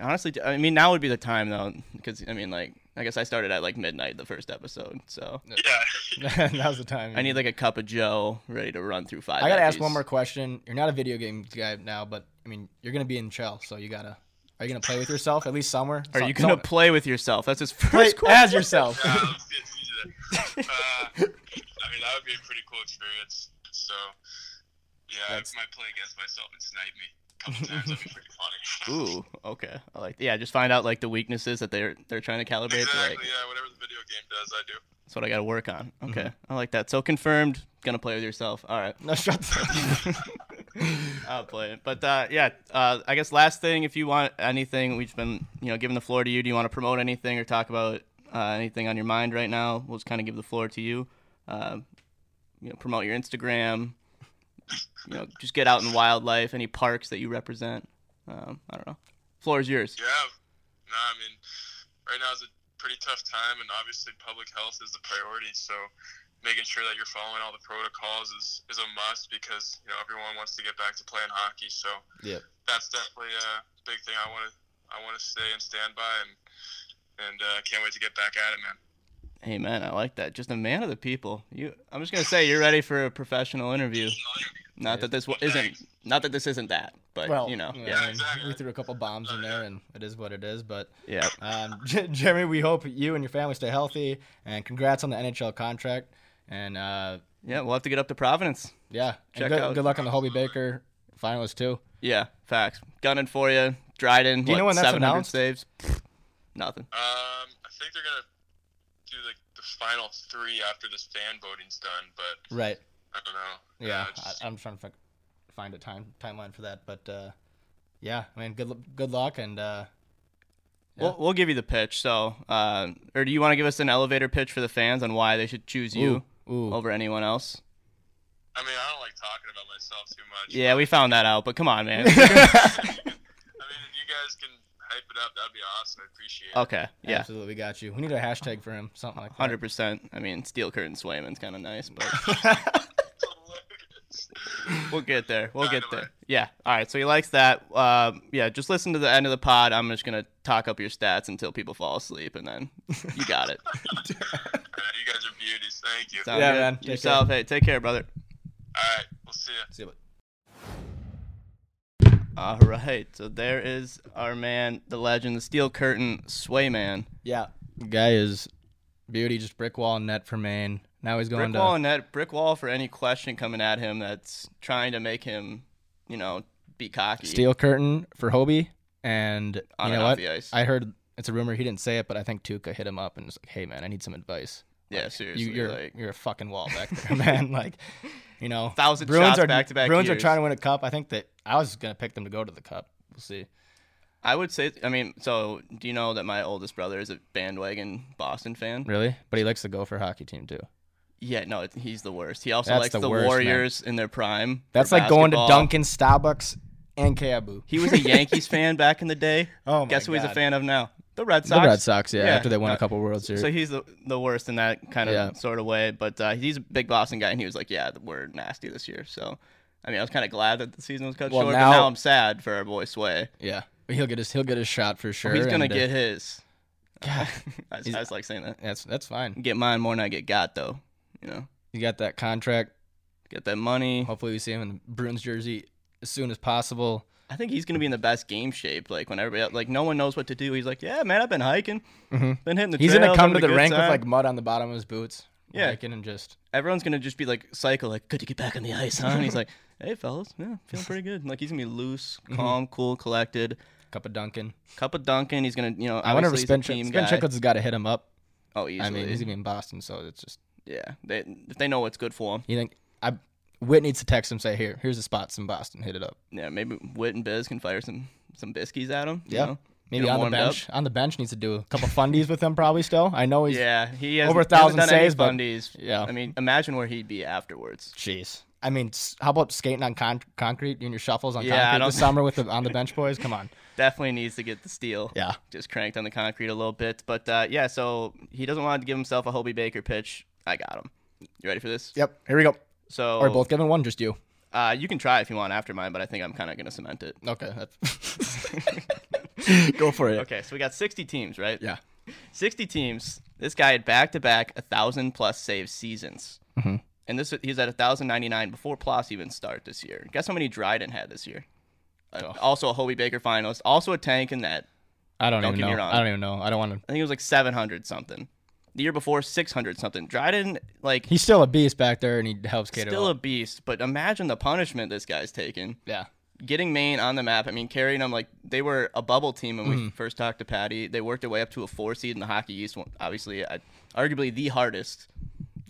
Honestly, I mean now would be the time though, because I mean like I guess I started at like midnight the first episode, so
Yeah.
that was the time.
I need like a cup of Joe ready to run through five.
Mm. I gotta ask
episodes.
one more question. You're not a video game guy now, but I mean, you're gonna be in jail, so you gotta. Are you gonna play with yourself at least somewhere?
Are
Some-
you gonna
some-
play with yourself? That's his first
play
question.
as yourself?
Yeah, let's get to that. Uh, I mean, that would be a pretty cool experience. So, yeah,
That's-
I might play against myself and snipe me a couple times. That'd be pretty funny.
Ooh, okay. I like yeah. Just find out like the weaknesses that they're they're trying to calibrate.
exactly.
Like
Yeah, whatever the video game does, I do.
that's what I gotta work on. Okay,
Mm-hmm.
I like that. So confirmed. Gonna play with yourself. All right.
No, shut. the-
I'll play it. But uh, yeah, uh, I guess last thing, if you want anything, we've been you know giving the floor to you. Do you want to promote anything or talk about uh, anything on your mind right now? We'll just kind of give the floor to you. Uh, you know, promote your Instagram. You know, just get out in wildlife, any parks that you represent. Um, I don't know. Floor is yours.
Yeah. No, I mean, right now is a pretty tough time, and obviously public health is the priority. So, making sure that you're following all the protocols is, is a must because you know everyone wants to get back to playing hockey. So,
Yep.
that's definitely a big thing I want to I want to stay and stand by, and and uh, can't wait to get back at it, man.
Hey man, I like that. Just a man of the people. You, I'm just gonna say you're ready for a professional interview. Not that this wa- isn't, not that this isn't that, but
well,
you know,
yeah,
yeah,
I mean,
exactly.
we threw a couple bombs in there, and it is what it is. But
yeah.
Um, J- Jeremy, we hope you and your family stay healthy, and congrats on the NHL contract. And uh,
Yeah, we'll have to get up to Providence.
yeah, and
Check
good,
out-
good luck on the Hobie Baker finalist too.
Yeah, facts. Gunning for you. Dryden.
Do you
what,
know when that's
700
announced?
saves. Pfft, Nothing.
Um, I think they're gonna do like the final three after this fan voting's done, but
Right.
I don't know.
Yeah.
Uh, just-
I, I'm trying to fi- find a time timeline for that, but uh, yeah. I mean, good lu- good luck and uh,
We'll, we'll give you the pitch. So, uh, or do you want to give us an elevator pitch for the fans on why they should choose you
Ooh, ooh.
over anyone else?
I mean, I don't like talking about myself too much.
Yeah, we found that out, but come on, man.
I mean, if you guys can hype it up, that'd be awesome. I appreciate it.
okay, yeah,
Absolutely, we got you. We need a hashtag for him, something like that.
hundred percent. I mean, steel curtain Swayman's kind of nice, but we'll get there. We'll get there.
Dynamite.
Yeah. All right. So he likes that. Um, yeah. Just listen to the end of the pod. I'm just gonna talk up your stats until people fall asleep, and then you got it.
Uh, you guys are beauties. Thank you.
Sound
Yeah,
good?
man. Take
Yourself. Hey, take care, brother.
All right, we'll see you.
See what-
All right. So there is our man, the legend, the steel curtain Swayman.
Yeah. Guy is beauty, just brick wall and net for Maine. Now he's
brick
going to
wall and that brick wall for any question coming at him that's trying to make him, you know, be cocky.
steel curtain for Hobie. And
On
you
and
know
off
what?
the ice.
I heard it's a rumor he didn't say it, but I think Tuca hit him up and was like, "Hey man, I need some advice.
yeah, seriously.
you, you're
like,
you're a fucking wall back there, man. Like, you know,
Thousand
Bruins
shots
are
back-to-back
Bruins are
years.
trying to win a cup. I think that I was gonna pick them to go to the cup. We'll see.
I would say, I mean, so do you know that my oldest brother is a bandwagon Boston fan?
Really, but he likes the Gopher hockey team too.
Yeah, no, it- he's the worst. He also
That's
likes
the
the,
worst, man.
Warriors in their prime.
That's
for
like going to
basketball.
Dunkin', Starbucks, and Cabo.
He was a Yankees fan back in the day.
Oh my
Guess who he's a
God.
fan of now? The Red
the
Sox.
Red Sox, yeah,
Yeah,
after they won
no,
a couple World Series.
So he's the, the worst in that kind of
Yeah.
sort of way. But uh, he's a big Boston guy, and he was like, "Yeah, we're nasty this year." So, I mean, I was kind of glad that the season was cut
Well,
short.
now-
but now I'm sad for our boy Sway.
yeah, he'll get his he'll get his shot for sure.
Oh, he's gonna
and, uh,
get his.
God,
I, just-
He's-
I just like saying that.
that's that's fine.
Get mine more than I get got though. You know,
You got that contract.
get that money.
Hopefully, we see him in the Bruins jersey as soon as possible.
I think he's gonna be in the best game shape. Like when everybody, like no one knows what to do. He's like, "Yeah, man, I've been hiking,
Mhm.
been hitting the
He's
trails,
gonna come to
having a
the
good
rink with
time."
like mud on the bottom of his boots.
Yeah.
hiking and just
everyone's gonna just be like psycho, like good to get back on the ice, huh? And he's like, hey fellas, yeah, feeling pretty good. Like he's gonna be loose,
Mm-hmm.
calm, cool, collected.
cup of Dunkin'.
Cup of Duncan, he's gonna you know.
I wonder if
obviously
Spin,
he's a team
Spin
guy.
Chicklets has got to hit him up.
Oh, easily.
I mean, he's gonna be in Boston, so it's just
yeah, they if they know what's good for him.
you think I Whit needs to text him say here here's the spots in Boston, hit it up.
Yeah, maybe Wit and Biz can fire some some biscuits at him. you
Yeah.
know?
Maybe
Get him
on
warmed
the
up.
bench. On the bench needs to do a couple fundies with him probably still. I know he's
Yeah, he has
Over a thousand saves, but- yeah.
I mean, imagine where he'd be afterwards.
Jeez. I mean, s- how about skating on con- concrete, doing your shuffles on
Yeah, I
concrete
don't-
this summer with the on the bench boys? Come on.
Definitely needs to get the steal.
Yeah.
just cranked on the concrete a little bit, but uh, yeah. So he doesn't want to give himself a Hobie Baker pitch. I got him. You ready for this?
Yep. Here we go.
So
Or both giving one, just you.
Uh, you can try if you want after mine, but I think I'm kind of gonna cement it.
Okay. that's- go for it.
Okay, so we got 60 teams, right?
Yeah.
60 teams. This guy had back-to-back 1,000 plus save seasons.
Mhm.
And this he was at 1,099 before Plas even start this year. Guess how many Dryden had this year? Uh,
Oh.
Also a Hobie Baker finalist. Also a tank in that.
I don't,
Don't
even
get me
know.
wrong.
I don't even know. I don't want to.
I think it was like 700 something. The year before 600 something. Dryden like
He's still a beast back there, and he helps Cato.
still a
out.
beast, but imagine the punishment this guy's taken.
yeah.
getting Maine on the map. I mean, carrying them like they were a bubble team when
Mm.
we first talked to Patty. They worked their way up to a four seed in the Hockey East, one- obviously, uh, arguably the hardest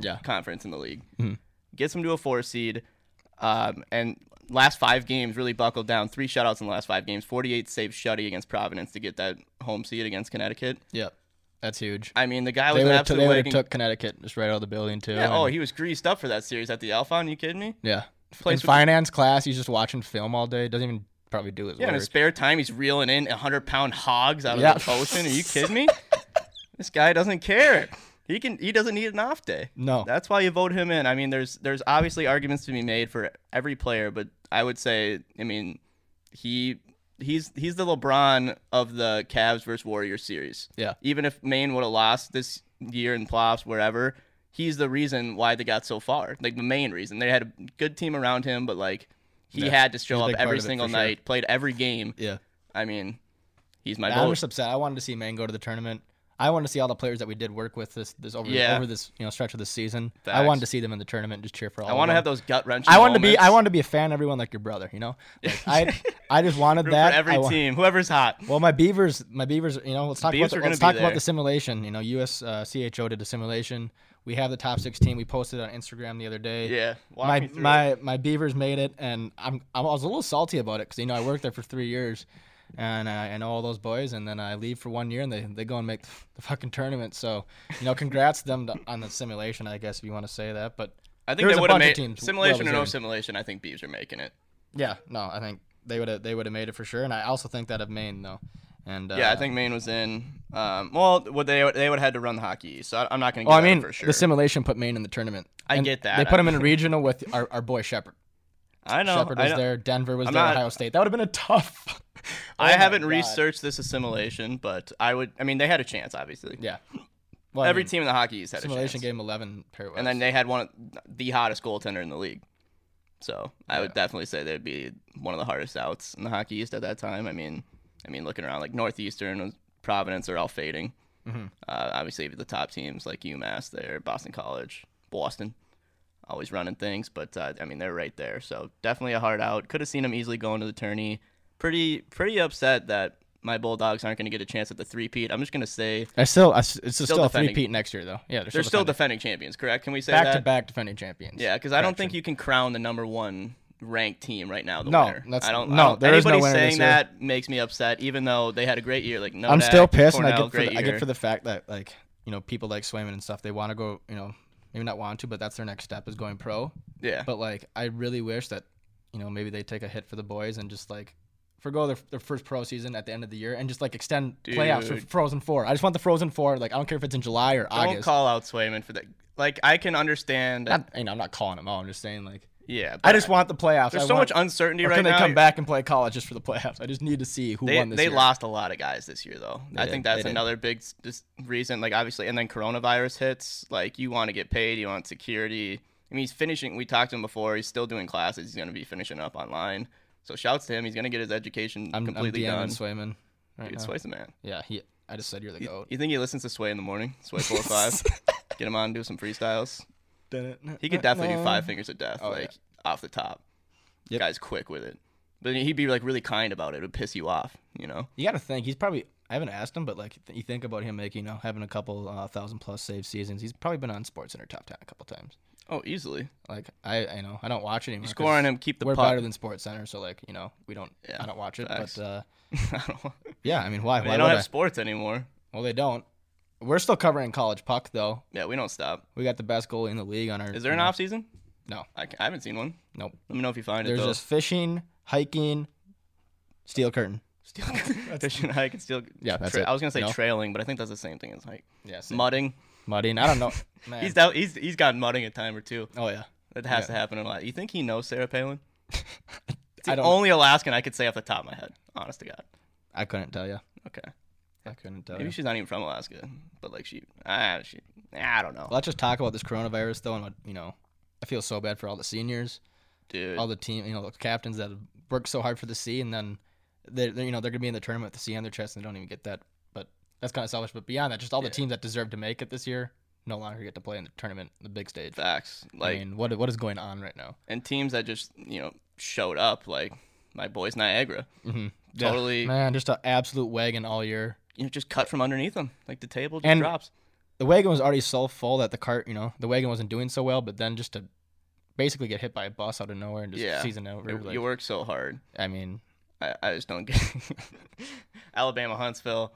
Yeah.
conference in the league.
Mm-hmm.
Gets them to a four seed, um, and last five games really buckled down. Three shutouts in the last five games. Forty-eight save shutty against Providence to get that home seed against Connecticut.
Yep. That's huge.
I mean, the guy was
They
an
would have
absolute wagon.
took Connecticut just right out of the building too.
yeah, oh,
and-
he was greased up for that series at the Alphon. You kidding me?
yeah.
plays
In
with the-
finance class, he's just watching film all day. Doesn't even probably do his
Yeah, in
work.
his spare time, he's reeling in 100 pound hogs out of
Yeah.
the ocean. Are you kidding me? this guy doesn't care. He can. He doesn't need an off day.
No.
That's why you vote him in. I mean, there's there's obviously arguments to be made for every player, but I would say, I mean, he he's he's the LeBron of the Cavs versus Warriors series.
Yeah.
Even if Maine would have lost this year in playoffs, wherever, he's the reason why they got so far. Like the main reason they had a good team around him, but like he
Yeah.
had to show
He's a
up
big part
every
of it,
single
for sure.
night, played every game.
yeah.
I mean, he's my
I'm
vote.
just upset. I wanted to see Maine go to the tournament. I wanted to see all the players that we did work with this this over
Yeah.
over this you know stretch of the season. I
Facts.
wanted to see them in the tournament, just cheer for all.
I want to
to
have those gut wrenching.
I wanted to be. I wanted to be a fan. of Everyone like your brother, you know. Like, I I just wanted
root
that.
for every
I wa-
team, whoever's hot.
Well, my Beavers, my Beavers, you know, let's talk
Beavs
about
are
the,
gonna
let's
be
talk about
there.
the simulation. You know, US uh, CHO did a simulation We have the top 16. We posted on Instagram the other day.
Yeah. Walk
my
me through it.
my my Beavers made it, and I'm I was a little salty about it because you know I worked there for three years, and I, I know all those boys, and then I leave for one year, and they, they go and make the fucking tournament. So you know, congrats to them to, on the simulation, I guess if you want to say that. But
I think
there was
they
a
would have
bunch of
made
teams
simulation or no
well-deserved.
simulation. I think Beavs are making it.
yeah, no, I think they would have they would have made it for sure, and I also think that of Maine though, and uh,
yeah, I think Maine was in. Um, well, would they they would have had to run the hockey, East, so I, I'm not going to.
Oh,
get
I mean,
for sure.
the simulation put Maine in the tournament.
I
And
get that.
They put him in a regional with our, our boy Shepard.
I know.
Shepard
I
was
know.
there. Denver was
I'm
there.
not-
Ohio State. That would have been a tough.
I
Oh my
haven't
God.
researched this assimilation, but I would. I mean, they had a chance, obviously.
Yeah. Well, I
Every
mean,
team in the hockey East had a
simulation
chance.
game 11 pair
and then they had one of the hottest goaltender in the league. So I would
Yeah.
definitely say they'd be one of the hardest outs in the hockey East at that time. I mean, I mean, looking around like Northeastern, was- Providence are all fading.
Mhm.
Uh, obviously, the top teams like UMass, there, Boston College, Boston, always running things. But uh, I mean, they're right there. So definitely a hard out. Could have seen them easily going to the tourney. Pretty, pretty upset that my Bulldogs aren't going to get a chance at the three-peat. I'm just going to say
I still, I, s- it's still, a
defending.
three-peat next year, though. Yeah,
they're still defending champions. Correct? Can we say that?
back-to-back defending champions.
Yeah, because I don't
Correction.
think you can crown the number one ranked team right now. The
No,
winner.
that's-
I don't.
no,
I don't,
there is no
anybody
winner this
saying
year.
that makes me upset, even though they had a great year. Like no,
I'm still pissed,
Cornell,
and I get, for
great
the, I
year.
get for the fact that, like, you know, people like Swayman and stuff, they want to go, you know, maybe not want to, but that's their next step is going pro.
yeah.
But, like, I really wish that, you know, maybe they take a hit for the boys and just, like, forgo their, their first pro season at the end of the year and just, like, extend playoffs for
Dude.
Frozen Four. I just want the Frozen Four. Like, I don't care if it's in July or
don't
August.
call out Swayman for that. Like I can understand. That,
Not- you know, I'm not calling them out. I'm just saying, like,
yeah,
I
but
just want the playoffs.
There's
I
so
want-
much uncertunty
Or
right
can they
now.
come back and play college just for the playoffs? I just need to see who
They,
won this
they
year.
lost a lot of guys this year, though. I
did,
think
they
that's
did.
another big s- just reason. Like, obviously, and then coronavirus hits. Like, you want to get paid, you want security. I mean, he's finishing. We talked to him before. He's still doing classes. He's going to be finishing up online. So, shouts to him. He's going to get his education
I'm
completely
I'm DMing
done.
Swayman. Right
Dude,
now. Oh.
Sway's the man.
yeah, he. I just said you're the
You,
goat.
you think he listens to Sway in the morning? Sway four or five. Get him on, do some freestyles. He could definitely do five fingers of death,
Uh, Oh, yeah.
like off the top.
Yep.
Guy's quick with it, but he'd be like really kind about it. It would piss you off, you know.
You got to think he's probably. I haven't asked him, but like you think about him making, you know, having a couple uh, thousand plus save seasons. He's probably been on Sports Center top ten a couple times.
Oh, easily.
Like I, I know I don't watch it anymore.
You score on
'cause
him, keep the
We're
puck.
better than Sports Center, so like you know we don't.
Yeah,
I don't watch it,
facts.
but uh,
I don't want-
yeah, I mean why?
they
why
don't
would
have
I?
sports anymore.
well, they don't. We're still covering college puck though.
Yeah, we don't stop.
We got the best goalie in the league on our.
Is there an
you know,
off season?
No.
I, ca- I haven't seen one.
Nope.
Let me know if you find
There's
it though.
just fishing, hiking, steel curtain.
Steel- fishing hike and steel.
Yeah, that's it,
I was gonna say
you know?
trailing, but I think that's the same thing as hike.
Yeah, same.
Mudding.
mudding. I don't know.
He's
Man.
dou- he's he's got mudding a time or two.
oh yeah.
That has
Yeah.
to happen a lot. You think he knows Sarah Palin? It's
I
the
don't-
only Alaskan I could say off the top of my head. Honest to God.
I couldn't tell you.
Okay.
I couldn't tell
Maybe
you.
she's not even from Alaska, but like she, ah, she, I don't know,
Let's just talk about this coronavirus though, and what you know. I feel so bad for all the seniors,
dude.
all the team, you know, the captains that have worked so hard for the C, and then they're, they're, you know they're gonna be in the tournament with the C on their chest, and they don't even get that. But that's kind of selfish. But beyond that, just all the
Yeah.
teams that deserve to make it this year no longer get to play in the tournament, the big stage.
Facts. Like
I mean, what what is going on right now?
and teams that just you know showed up like my boys Niagara
Mm-hmm.
Totally.
man, just an absolute wagon all year.
you know just cut from underneath them like the table just
And-
drops
the wagon was already so full that the cart, you know, the wagon wasn't doing so well. But then just to basically get hit by a bus out of nowhere and just
Yeah.
season over.
you,
like,
you work so hard
I mean,
I, I just don't get Alabama Huntsville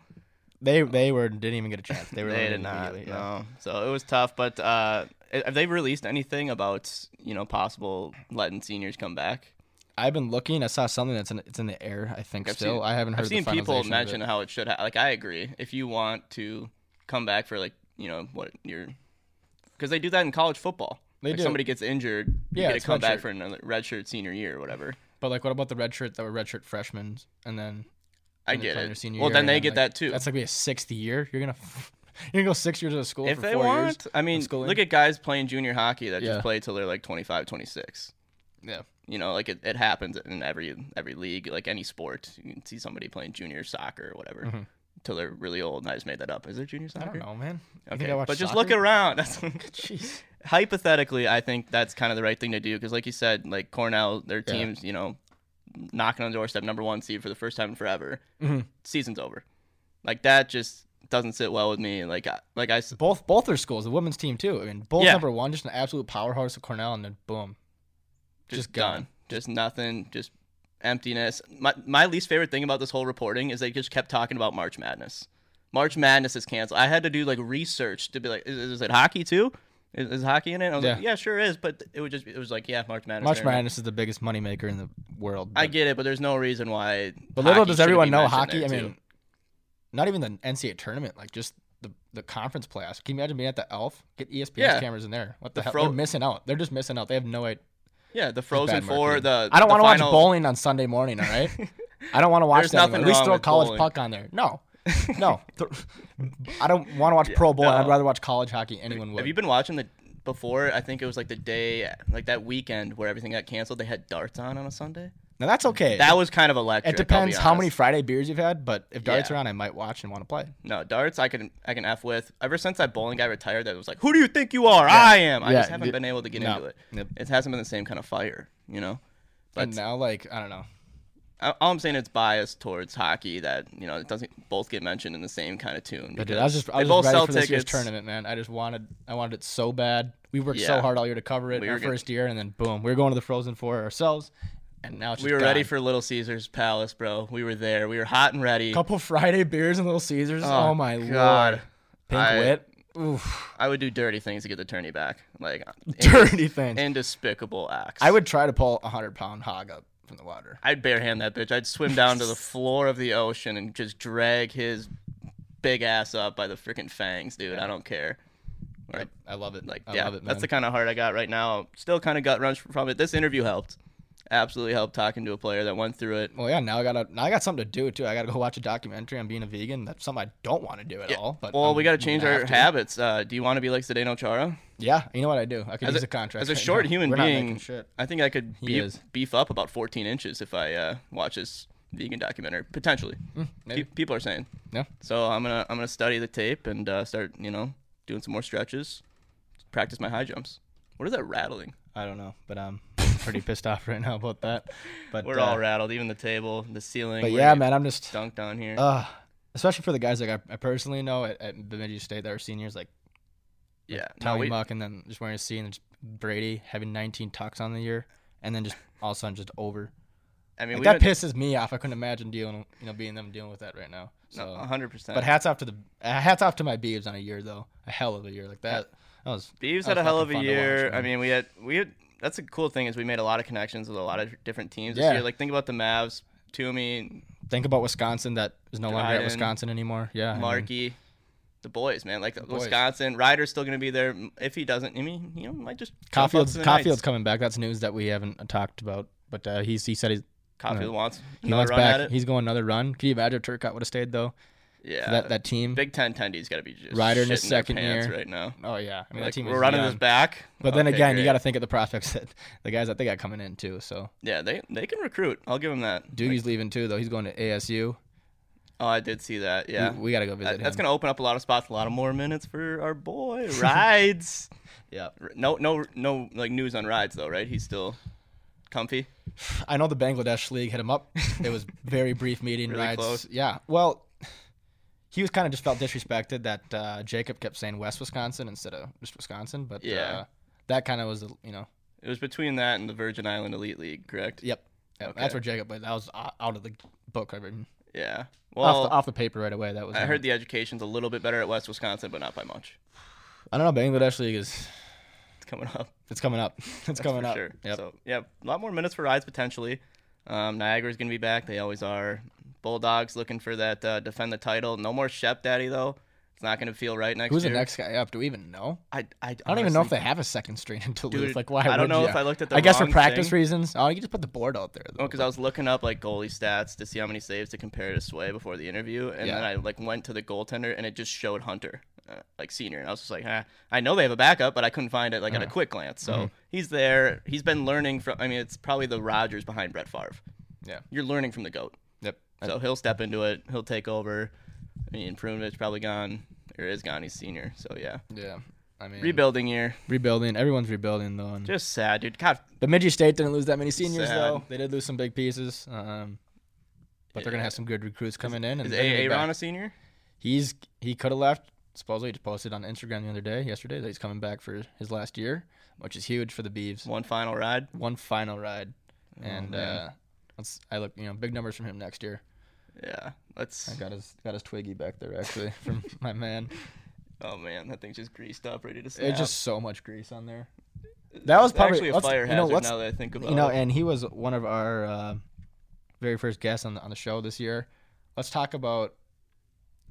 they they were didn't even get a chance. They were
they did
eliminated
not
immediately, yeah.
no so it was tough but uh have they released anything about you know possible letting seniors come back
I've been looking. I saw something that's in it's in the air. I think
I've
still.
seen-
I haven't heard.
I've seen
the finalization
people
of it.
mention how it should ha- like I agree if you want to come back for like you know what your because they do that in college football
They
Like,
do.
somebody gets injured you
Yeah,
get to
it's
come back
redshirt.
for another redshirt senior year or whatever
But like, what about the red shirt that were red shirt freshmen? And then
I
and they're
get
playing their
it
senior
well
year,
then
and
they get
like,
that too
That's like be a sixth year. You're gonna you're gonna go six years out of school
if
for
they
four
want
years.
I mean
schooling.
look at guys playing junior hockey that
Yeah.
just play till they're like 25 26
Yeah.
you know like it, it happens in every every league like any sport you can see somebody playing junior soccer or whatever
Mhm.
till they're really old and I just made that up is there junior
I
soccer
don't know, man. You think
Okay,
I watch
but just
soccer?
look around. That's
Jeez.
hypothetically, I think that's kind of the right thing to do because, like you said, like Cornell, their
Yeah.
teams, you know, knocking on the doorstep, number one seed for the first time in forever.
Mhm.
Season's over. Like that, just doesn't sit well with me. Like I, like I s-
Both both their schools, the women's team too. I mean, both
Yeah.
number one, just an absolute powerhouse of Cornell, and then boom,
just,
Just
gone.
gone.
just nothing, just emptiness. My my least favorite thing about this whole reporting is they just kept talking about March Madness. March Madness is canceled. I had to do like research to be like, is, is it hockey too? Is, is hockey in it? And I was like, yeah, sure is, but it was just it was like, yeah, March Madness.
March
fair enough.
Madness is the biggest moneymaker in the world.
I
but-
get it, but there's no reason why.
But little
hockey
does
shouldn't
everyone
be
know
mentioned
hockey. I
there,
mean,
too.
not even the NCAA tournament, like just the, the conference playoffs. Can you imagine being at the Elf? Get E ESPN's
Yeah.
cameras in there. What the,
The
hell?
fro-
They're missing out. They're just missing out. They have no idea.
yeah, the Frozen
bad
Four,
marketing.
the
I don't
want to
watch bowling on Sunday morning. All right, I don't want to watch
There's
that. anymore.
nothing
At least
wrong
throw
with
college
bowling.
puck on there. No, no. Th- I don't want to watch pro bowling. I'd
no.
rather watch college hockey. Anyone would.
Have you been watching the before? I think it was like the day, like that weekend where everything got canceled. They had darts on on a Sunday.
now that's okay.
That was kind of electric.
it
I'll be
depends how many
honest.
Friday beers you've had, but if darts
Yeah.
are on, I might watch and want to play.
No darts. I can I can f with. Ever since that bowling guy retired, that was like, who do you think you are? I am. I
Yeah,
just haven't
the-
been able to get
no.
into it.
Yep.
It hasn't been the same kind of fire, you know. But
and now, like I don't know.
I- all I'm saying it's biased towards hockey that you know it doesn't both get mentioned in the same kind of tune.
But dude,
because
I was just I
they
was
both
ready
sell
for this year's
tickets.
tournament, man. I just wanted I wanted it so bad. We worked so
Yeah.
hard all year to cover it
We
in our
were gonna-
first year, and then boom, we were going to the Frozen Four ourselves, and now it's
We
just
were ready
gone.
for Little Caesars Palace, bro. We were there. We were hot and ready.
a couple Friday beers and Little Caesars. Oh,
Oh,
my
God.
lord, Pink
I-
Wit, Oof.
I would do dirty things to get the tourney back, like
dirty things.
and despicable acts.
I would try to pull a hundred pound hog up from the water.
I'd barehand that bitch. I'd swim down to the floor of the ocean and just drag his big ass up by the freaking fangs, dude. I don't care. Right.
I love it.
Like,
I
yeah,
love it, man.
that's the kind of heart I got right now. Still kind of gut wrench from it. This interview helped. Absolutely helped talking to a player that went through it.
well, yeah. Now I gotta. Now I got something to do too. I gotta go watch a documentary on being a vegan. That's something I don't want to do at all. But
Well,
I'm
we got to
gonna
change
have
our
to.
habits. Uh, do you want to be like Zdeno Chara?
Yeah, you know what I do. I could use a, contract.
as a
right
short
now.
human
We're not making
being,
shit.
I think I could
He
be-
is.
beef up about 14 inches if I uh, watch this vegan documentary. Potentially,
Hmm, maybe.
Pe- people are saying.
Yeah.
So I'm gonna I'm gonna study the tape and uh, start you know doing some more stretches, practice my high jumps. What is that rattling?
I don't know, but I'm pretty pissed off right now about that. But
We're
uh,
all rattled, even the table, the ceiling.
But
we're
yeah,
getting
man, I'm just
Dunked on here.
uh, especially for the guys like I, I personally know at, at Bemidji State that are seniors, like
yeah. No,
Tommy
we,
Muck, and then just wearing a C, and just Brady having 19 tucks on the year, and then just all of a sudden just over.
I mean,
Like,
we that
that pisses me off. I couldn't imagine dealing, you know, being them dealing with that right now. So,
100. percent
but hats off to the uh, hats off to my Beavs on a year though, a hell of a year like that. That was
Beavs had
that was
a hell
fucking
of a
fun to
year.
watch,
I
man.
mean, we had we had that's a cool thing is we made a lot of connections with a lot of different teams this
Yeah.
year. Like think about the Mavs, Toomey,
think about Wisconsin that is no longer at
Dryden,
Wisconsin anymore. Yeah, I mean,
Markey, the boys, man. Like
boys.
Wisconsin, Ryder's still gonna be there. If he doesn't, I mean, you know, might just jump up
Caulfield's
to the
Caulfield's
Knights.
coming back. That's news that we haven't talked about. But uh, he's he said he's,
Caulfield wants
he
another
wants
run at
back.
it.
He's going another run. Can you imagine if Turcotte would have stayed though?
yeah,
For that that team.
Big Ten tendies gotta be just
Ryder in his
shitting their
second
pants
year.
right now.
oh yeah, I mean
Like,
that team is
we're running this
young.
back,
But then
Okay,
again,
great.
you got to think of the prospects that the guys that they got coming in too. So
yeah, they they can recruit. I'll give them that.
Doogie's leaving too though. He's going to ASU.
Oh, I did see that.
Yeah,
Yeah,
we, got to go visit
That- that's
him.
gonna open up a lot of spots, a lot of more minutes for our boy rides.
yeah,
R- No, no, no, like news on rides though, right? He's still comfy.
I know the Bangladesh league hit him up. It was very brief meeting
Really
rides.
close.
Yeah, well. He was kind of just felt disrespected that uh, Jacob kept saying West Wisconsin instead of just Wisconsin, but
Yeah.
uh, that kind of was the- you know
It was between that and the Virgin Island Elite League, correct?
Yep. Yep.
Okay.
That's where Jacob played. That was o- out of the book. I mean,
Yeah.
off,
Well,
the, off the paper right away. That was.
I heard the education's a little bit better at West Wisconsin, but not by much.
I don't know. Bangladesh league is.
It's coming up.
It's coming up. It's coming
for
up.
Sure.
Yep.
So yeah, a lot more minutes for rides potentially. Um, Niagara's gonna be back. They always are. Bulldogs looking for that uh, defend the title. No more Shep Daddy though. It's not gonna feel right next
Who's
year.
the next guy up? Do we even know?
I I,
I don't even know if
honestly-
they have a second string in Duluth.
Dude,
like, why?
I
would
don't know
ya?
if I looked at the.
I guess for
wrong
practice
thing.
reasons. Oh, you can just put the board out there.
Oh,
Though.
because I was looking up like goalie stats to see how many saves to compare to Sway before the interview, and
Yeah.
then I like went to the goaltender and it just showed Hunter, uh, like senior, and I was just like, ah, I know they have a backup, but I couldn't find it like
Uh-huh.
at a quick glance. So
Mm-hmm.
he's there. He's been learning from. I mean, it's probably the Rogers behind Brett Favre.
Yeah.
you're learning from the goat.
Yep.
So he'll step into it. He'll take over. I mean, Prunovich probably gone or is gone. He's senior. So yeah,
Yeah. Mm-hmm. I mean,
rebuilding year.
rebuilding. Everyone's rebuilding though. And
Just sad, dude. God,
Bemidji State didn't lose that many seniors
Sad.
though. They did lose some big pieces. Um, but they're gonna
Yeah.
have some good recruits coming in. And
is
they're gonna be
Aaron
back.
a senior?
he's he could have left. Supposedly, he just posted on Instagram the other day, yesterday, that he's coming back for his last year, which is huge for the Beavs.
One final ride.
One final ride,
Oh,
and
man.
uh, let's, I look, you know, big numbers from him next year.
yeah, let's.
I got his got his Twiggy back there actually from my man.
Oh man, that thing's just greased up, ready to snap.
There's just so much grease on there. That was
It's
probably
actually a
let's-
fire
you know,
hazard.
let's-
now that I think about
You know,
it.
and he was one of our uh, very first guests on the on the show this year. Let's talk about.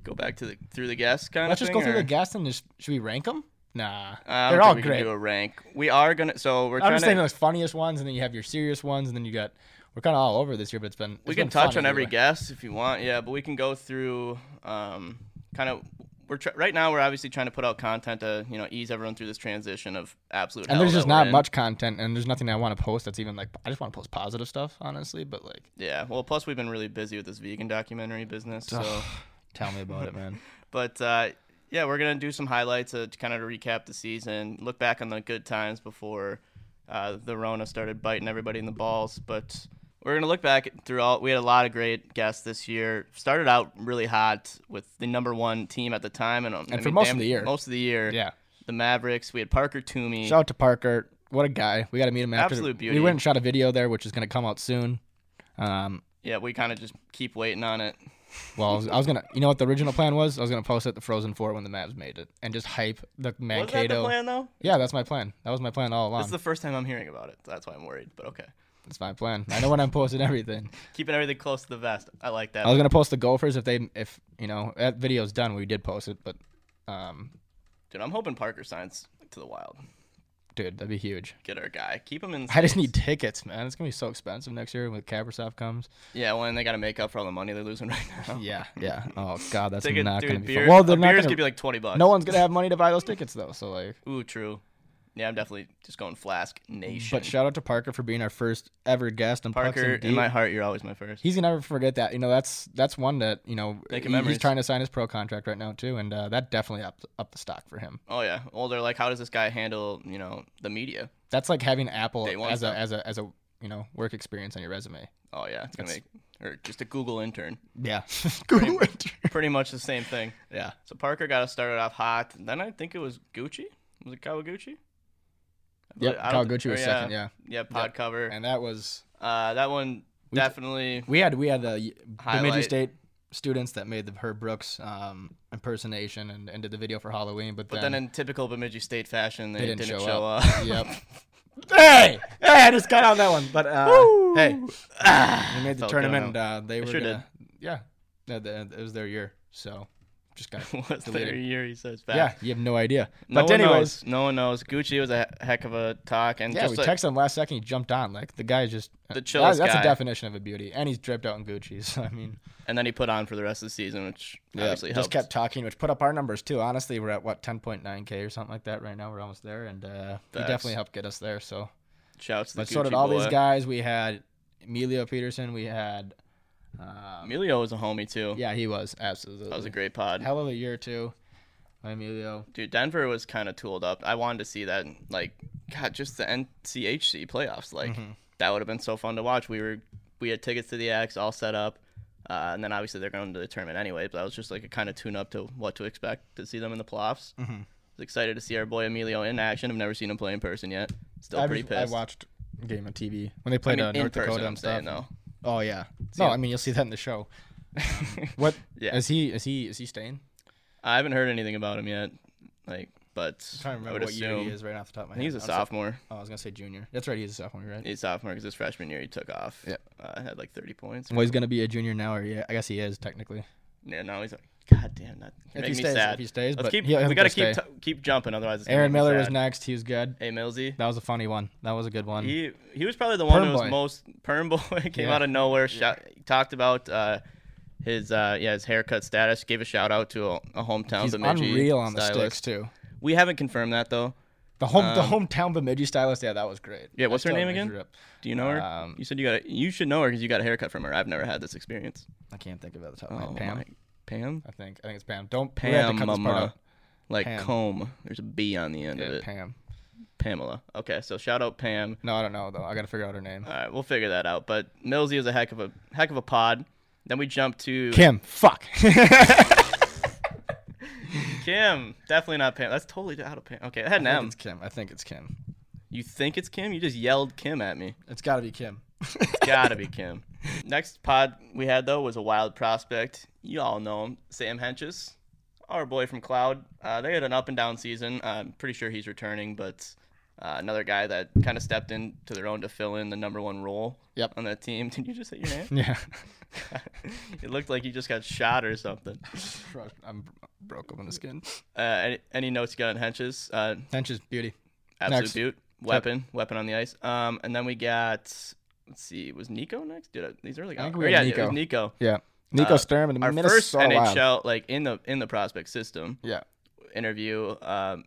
go back to the through the gas kind
Let's
of
just
thing.
go through the
or-
guests and just should we rank them? Nah,
I
They're
don't
all
think we
great.
Can do a rank. We are gonna. So we're
I'm
trying
just saying
to.
those funniest ones, and then you have your serious ones, and then you got we're kind of all over this year, but it's been
We
it's
can
been
touch on
fun
every
anyway.
guest if you want. Yeah, but we can go through. Um, kind of. We're tr- right now. We're obviously trying to put out content to you know ease everyone through this transition of absolute.
And
hell
there's
that
just
we're
not
in.
much content, and there's nothing I want to post that's even like I just want to post positive stuff, honestly. But like,
Yeah. Well, plus we've been really busy with this vegan documentary business. So.
tell me about it, man.
But uh, yeah, we're gonna do some highlights uh, to kind of recap the season, look back on the good times before uh, the Rona started biting everybody in the balls. But we're gonna look back through all. We had a lot of great guests this year. Started out really hot with the number one team at the time, and, um, I
And for most of
damn-
the year.
most of the year,
Yeah.
the Mavericks. We had Parker Toomey.
Shout out to Parker. What a guy. We got to meet him after.
Absolute beauty.
We went and shot a video there, which is going to come out soon. Um,
yeah, we kind of just keep waiting on it.
well, I was, I was gonna. You know what the original plan was? I was gonna post it at the Frozen Four when the Mavs made it, and Um, just hype the
Was that the
Mankato.
plan though?
yeah, that's my plan. That was my plan all
This
along.
is the first time I'm hearing about it. so that's why I'm worried. But okay,
That's my plan. I know when I'm posting everything.
keeping everything close to the vest. I like that.
I was gonna post the Gophers if they, if you know, that video's done. We did post it, but, um,
Dude, I'm hoping Parker signs to the Wild.
dude, that'd be huge.
get our guy. Keep him in.
I just
States.
need tickets, man. It's gonna be so expensive next year when Kaprasov comes.
Yeah, well, and they got to make up for all the money they're losing right now.
Yeah, yeah. Oh God, that's
Ticket,
not
dude,
gonna be
beer,
fun. Well,
a
they're not
beer's
gonna.
gonna be like twenty bucks.
no one's gonna have money to buy those tickets though. So like.
Ooh, true. Yeah, I'm definitely just going Flask Nation.
But shout out to Parker for being our first ever guest on Pucks
Parker,
and
in
Deep.
my heart, you're always my first.
He's gonna never forget that. You know, that's that's one that you know
Making
he-
memories.
he's trying to sign his pro contract right now too, and uh, that definitely up up the stock for him.
Oh yeah. Well, they're like, how does this guy handle, you know, the media?
That's like having Apple
Day one
as a
stuff.
as a as a you know work experience on your resume.
Oh yeah, it's gonna
That's-
make or just a Google intern.
Yeah,
Google Pretty much the same thing.
yeah,
So Parker got us started off hot. Then I think it was Gucci. Was it Kawaguchi? I
yep.
believe- I don't
Kyle
thi-
Gucci
or
was second. Yeah,
Yeah, pod cover.
and that was
uh, that one
t-
definitely.
we had we had the Bemidji
Highlight.
State students that made the Herb Brooks um, impersonation and, and did the video for Halloween, but,
But then in typical Bemidji State fashion, they,
didn't
didn't,
show
show,
up.
up.
Yep. hey, hey, I just got on that one. But uh, hey, Ah, we made the
Felt good
tournament.
on
And, uh, they were
sure
gonna, yeah, that, that- it was their year. So just got
What's their
deleted.
year? He says back.
uh, Yeah, you have no idea.
No
but
one
anyways,
knows. No one knows. Gucci was a he- heck of a talk, and
yeah,
just
we
a-
texted him last second. He jumped on. Like the guy is just
The chillest
that's
guy.
a definition of a beauty, and he's dripped out in Gucci. So I mean,
and then he put on for the rest of the season, which obviously
just
helps.
kept talking, which put up our numbers too. Honestly, we're at what 10.9k or something like that right now. We're almost there, and uh, he
Facts.
definitely helped get us there. So
Shouts to the
But so
Gucci
did all
boy.
these guys. We had Emilio Peterson. We had, um,
Emilio was a homie too.
yeah, he was absolutely
that was a great pod.
hell of a year too. by Emilio.
Dude, Denver was kind of tooled up. I wanted to see that, like, God, just the NCHC playoffs.
Mm-hmm.
Like, that would have been so fun to watch. We were, we had tickets to the X all set up, uh, and then obviously they're going to the tournament anyway. But I was just like a kind of tune up to what to expect to see them in the playoffs.
Mm-hmm.
I was excited to see our boy Emilio in action. I've never seen him play in person yet. Still
I've-
pretty
I
pissed.
watched a game on TV when they
I
played
mean,
uh,
in
North
person,
Dakota
I'm
and stuff.
saying though.
Oh yeah.
See
No,
him.
I mean you'll see that in the show. What
Yeah.
is he? Is he? Is he staying?
I haven't heard anything about him yet. Like, but
I'm trying to
I
remember
would
what year he
assume
is right off the top of my head.
he's a
I'm so-
sophomore.
oh, I was gonna say junior. That's right. He's a sophomore, right?
He's sophomore because his freshman year he took off.
Yep.
uh, had like 30 points.
well, he's gonna be a junior now, or yeah, I guess he is technically.
Yeah, now he's like, God damn, that
If
make
he
me
stays,
sad.
if he stays,
Let's
but
keep.
he'll-
we
he'll
gotta
stay.
keep t- keep jumping, otherwise. It's gonna
Aaron
make me
Miller was
sad.
next. He was good.
Hey Millsy,
That was a funny one. That was a good one.
he he was probably the one
Perm
who was
boy.
most perm boy came
Yeah.
out of nowhere. Shout, talked about uh, his uh, yeah his haircut status. Gave a shout out to a, a hometown
He's
Bemidji
unreal on the
stylist.
sticks too.
We haven't confirmed that though.
The home, the
Um,
hometown Bemidji stylist. Yeah, that was great.
Yeah, what's
That
her name
totally
again?
measured up.
Do you know her?
Um,
you said you got a, you should know her because you got a haircut from her. I've never had this experience.
I can't think of it at the top of my head. Pam.
Oh my- Pam,
I think. I think it's Pam. Don't we have
Pam,
to cut this part
mama.
out.
like
Pam.
comb. There's a B on the end of
Yeah,
it.
Pam.
Pamela. Okay, so shout out Pam.
No, I don't know though. I gotta figure out her name.
All right, we'll figure that out. But Millsy is a heck of a heck of a pod. Then we jump to
Kim. Fuck.
Kim. Definitely not Pam. That's totally out of Pam. Okay, I had an
I think
M.
it's Kim. I think it's Kim.
You think it's Kim? You just yelled Kim at me.
It's got to be Kim.
Gotta be Kim. Next pod we had though was a wild prospect. You all know him, Sam Henches, our boy from Cloud. Uh, they had an up and down season. I'm pretty sure he's returning, but uh, another guy that kind of stepped into their own to fill in the number one role
Yep.
on that team. Did you just hit your hand?
Yeah.
it looked like you just got shot or something.
Bro- I'm bro- broke open the skin.
Uh, any, any notes you got on Henches? Uh,
Hench's beauty.
absolute
Next.
beaut. Weapon, weapon on the ice. Um, and then we got. Let's see, was Nico next? Dude, I- these are like
I think
or
we had
yeah, it
Nico.
was Nico.
Yeah. Nico
Uh,
Sturm and the
our
Minnesota
first
Wild.
NHL like in the in the prospect system
Yeah.
interview. Um,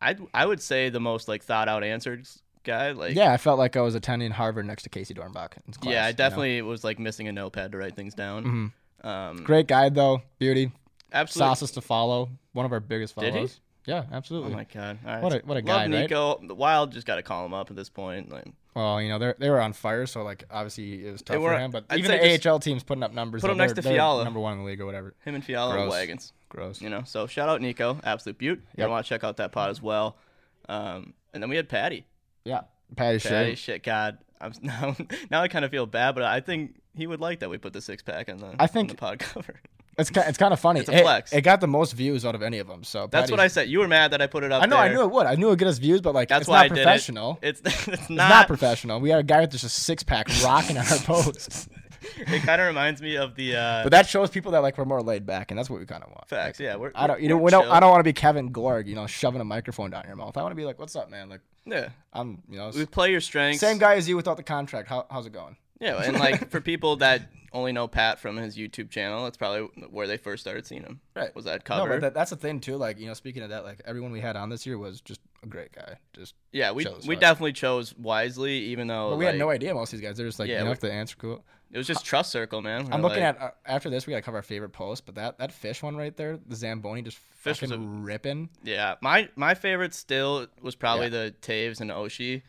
I I would say the most like thought out answered guy. Like
yeah, I felt like I was attending Harvard next to Casey Dornbach. in class,
yeah, I
you know?
definitely was like missing a notepad to write things down.
Mhm.
Um,
Great guy though. Beauty.
absolutely.
Sauces to follow. One of our biggest
Did he?
followers. Yeah,
Oh
absolutely.
my god! All right.
What a- what a
Love
guy, right?
Nico. The Wild just got to call him up at this point. Like
well, you know they they were on fire, so like obviously it was tough
were-
for him. But
I'd
even
say
the
just
AHL teams putting up numbers.
put
though,
him next
they're-
to
they're
Fiala.
number one in the league or whatever.
him and Fiala and
Gross.
wagons.
Gross.
You know. So shout out Nico, absolute butte. You
Yep.
want to check out that pod as well. Um, and then we had Patty.
Yeah. Patty
Patty,
Shea.
shit, God. I'm now, now I kind of feel bad, but I think he would like that we put the six pack on the
I think-
on the pod cover.
It's kind, it's kind of funny.
It's a
It-
flex.
It, got the most views out of any of them. So
That's what I said. You were mad that I put it up.
I know. I
there.
knew it would. I knew it would get us views, but like
That's
it's
why
not
I did it.
professional.
It's it's
It's
not.
not professional. We had a guy with just a six pack rocking on our posts.
it kind of reminds me of the uh,
But that shows people that like we're more laid back, and that's what we kind of want.
facts. Yeah, we're,
I don't, you know,
we're
we don't.
chill.
I don't want to be Kevin Gorg, you know, shoving a microphone down your mouth. I want to be like, "What's up, man?" Like,
Yeah,
I'm, you know, s-
we play your strengths.
same guy as you without the contract. How, how's it going?
Yeah, and like for people that only know Pat from his YouTube channel, that's probably where they first started seeing him.
Right.
Was that
No,
cover?
but that, that's the thing too. Like, you know, speaking of that, like everyone we had on this year was just a great guy. Just,
yeah, we
shows,
we
right.
definitely chose wisely, even though
but we had
Oh, like,
no idea most of these guys. They're just like,
Yeah,
you know,
we-
if the answer cool.
It was just trust circle, man.
I'm
We're
looking
like-
at uh, after this, we gotta cover our favorite post. But that that fish one right there, the zamboni, just
Fish was
fucking ripping.
Yeah, my my favorite still was probably the Taves and Oshi.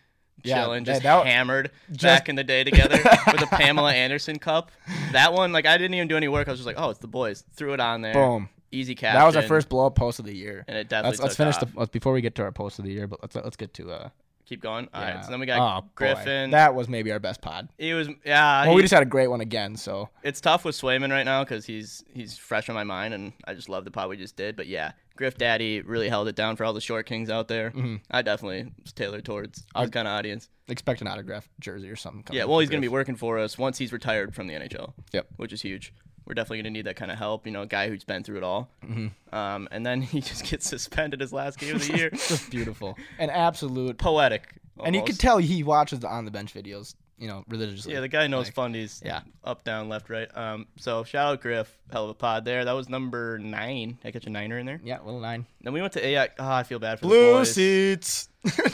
Yeah,
Chilling,
that-
just
that-
hammered
just-
back in the day together with a Pamela Anderson cup. That one, like I didn't even do any work. I was just like, oh, it's the boys. Threw it on there.
Boom.
Easy caption.
That was our first blow up post of the year.
And it definitely.
Let's, let's
took
finish
off.
the let's, before we get to our post of the year, but let's let's get to uh.
Keep going. All right.
yeah.
So then we got
Oh, boy.
Griffin.
That was maybe our best pod.
he was yeah.
Well,
he-
we just had a great one again. So
it's tough with Swayman right now because he's he's fresh on my mind, and I just love the pod we just did. But yeah, Griff Daddy really held it down for all the short kings out there.
Mhm.
I definitely was tailored towards
I-
his kind of audience.
expect an autograph jersey or something. Coming
Yeah, well, he's going to be working for us once he's retired from the NHL.
Yep.
Which is huge. We're definitely going to need that kind of help. You know, a guy who's been through it all.
Mm-hmm.
Um, and then he just gets suspended his last game of the year.
just beautiful and absolute.
Poetic.
And you
almost.
can tell he watches the on the bench videos, you know, religiously.
Yeah, the guy knows
Like,
fundies.
yeah.
Up, down, left, right. Um, so shout out Griff, hell of a pod there. That was number nine. Did I catch a niner in there.
yeah, little nine
Then we went to AI. Oh, I feel bad for the
blue
boys.
seats.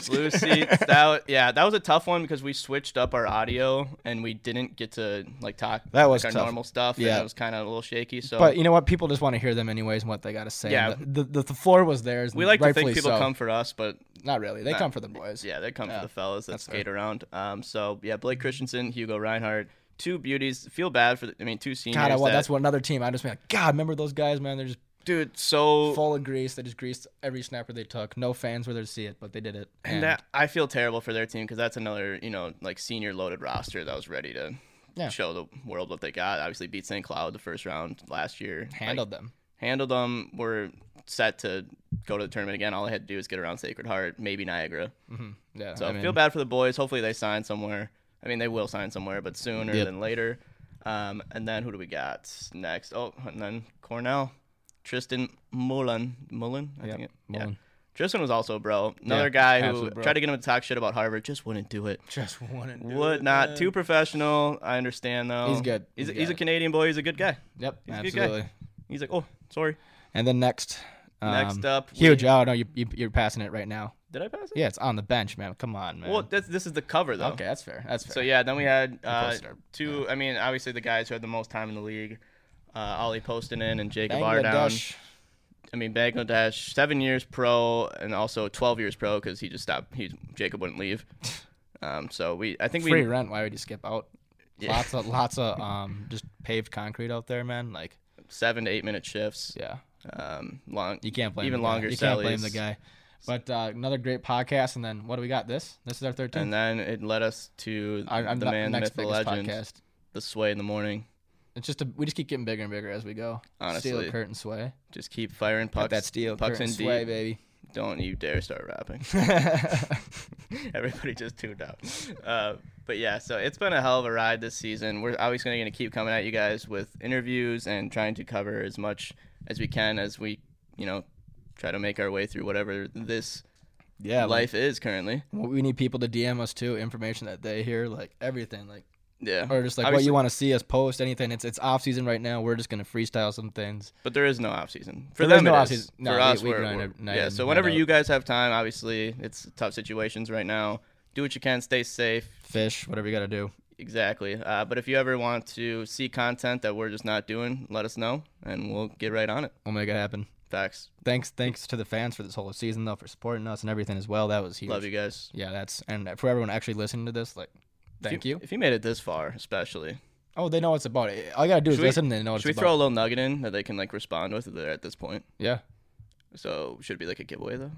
Blue seats. That wa- yeah, that was a tough one because we switched up our audio and we didn't get to like talk
That was
like, our
tough.
normal stuff.
Yeah.
and it was kind of a little shaky. So
But you know what? People just want to hear them anyways and what they got to say.
Yeah.
The, the, the floor was theirs.
we like to think
rightfully
people
so.
come for us, but
Not really. They
Nah.
come for the boys.
yeah, they come
Yeah,
for the fellas that
that's
skate around. Um, so yeah, Blake Christensen, Hugo Reinhardt, two beauties. Feel bad for the, I mean two seniors.
God, I want,
that-
that's what another team. I just mean, like, God, remember those guys, man? They're just
dude. So
full of grease. They just greased every snapper they took. No fans were there to see it, but they did it.
and that I feel terrible for their team because that's another you know like senior loaded roster that was ready to
Yeah.
show the world what they got. Obviously beat St. Cloud the first round last year. Like,
handled them.
handled them. Were set to go to the tournament again. All they had to do was get around Sacred Heart, maybe Niagara.
hmm Yeah.
So
I
I
mean,
feel bad for the boys. Hopefully they sign somewhere. I mean, they will sign somewhere, but sooner
Yep.
than later. Um, and then who do we got next? Oh, and then Cornell, Tristan Mullen. Mullen, I
Yep,
think. It, Yeah.
Mullen.
Tristan was also a bro. Another
Yeah,
guy who
absolute bro.
tried to get him to talk shit about Harvard, just wouldn't do it.
Just wanted.
Would not. Too professional. I understand though.
He's good.
He's,
He's
he's a
good.
Canadian boy. He's a good guy.
Yep.
He's a good guy.
absolutely.
He's like, oh, sorry.
And then next. Um,
Next up, we-
Huge. Oh no, you, you you're passing it right now.
Did I pass it?
Yeah, it's on the bench, man. Come on, man.
Well, that's, this is the cover though.
okay, that's fair. That's fair.
So yeah, then we had uh,
posted our-
two. I mean, obviously the guys who had the most time in the league, uh, Ollie Postinen and Jacob Ardown.
Bangladesh.
I mean, Bangladesh, seven years pro and also twelve years pro because he just stopped. He Jacob wouldn't leave. Um, so we, I think
Free
we,
rent. Why would you skip out?
Yeah.
Lots of lots of um just paved concrete out there, man. Like
seven to eight minute shifts.
yeah,
Um, long
You can't blame
even
the guy.
longer
You can't blame the
sellies.
guy. But uh, another great podcast, and then what do we got? This this is our thirteenth.
and then it led us to
our, our
the
ne-
man, myth,
next
the
biggest
legend,
podcast.
the sway in the morning.
It's just a, we just keep getting bigger and bigger as we go.
Honestly.
steel curtain sway.
Just keep firing
Got
pucks.
that steel
pucks
curtain
in
sway,
deep.
baby.
Don't you dare start rapping. Everybody just tuned out. Uh, but yeah, so it's been a hell of a ride this season. We're obviously going to keep coming at you guys with interviews and trying to cover as much as we can as we, you know, try to make our way through whatever this
yeah, like,
life is currently.
we need people to DM us too. Information that they hear, like everything, like
Yeah.
or just like what
Obviously-
you want to see us post. Anything. It's it's off season right now. We're just gonna freestyle some things.
But there is no off season for
There is
them.
no
it
off
is.
season. No,
for
we-
us,
we
we're,
can
we're-
not- not
yeah.
even
So
find
whenever
out.
you guys have time, obviously it's tough situations right now. Do what you can, stay safe.
Fish, whatever you gotta do.
Exactly. Uh, but if you ever want to see content that we're just not doing, let us know, and we'll get right on it.
We'll make it happen.
Facts.
Thanks, thanks to the fans for this whole season though, for supporting us and everything as well. That was huge.
Love you guys.
Yeah, that's and for everyone actually listening to this, like,
If
thank you.
If you made it this far, especially,
Oh, they know what's about. All you gotta do is
Should we-
listen. and They know what
should we
it's
throw a
about.
little nugget in that they can like respond with there at this point?
Yeah.
So should it be like a giveaway though.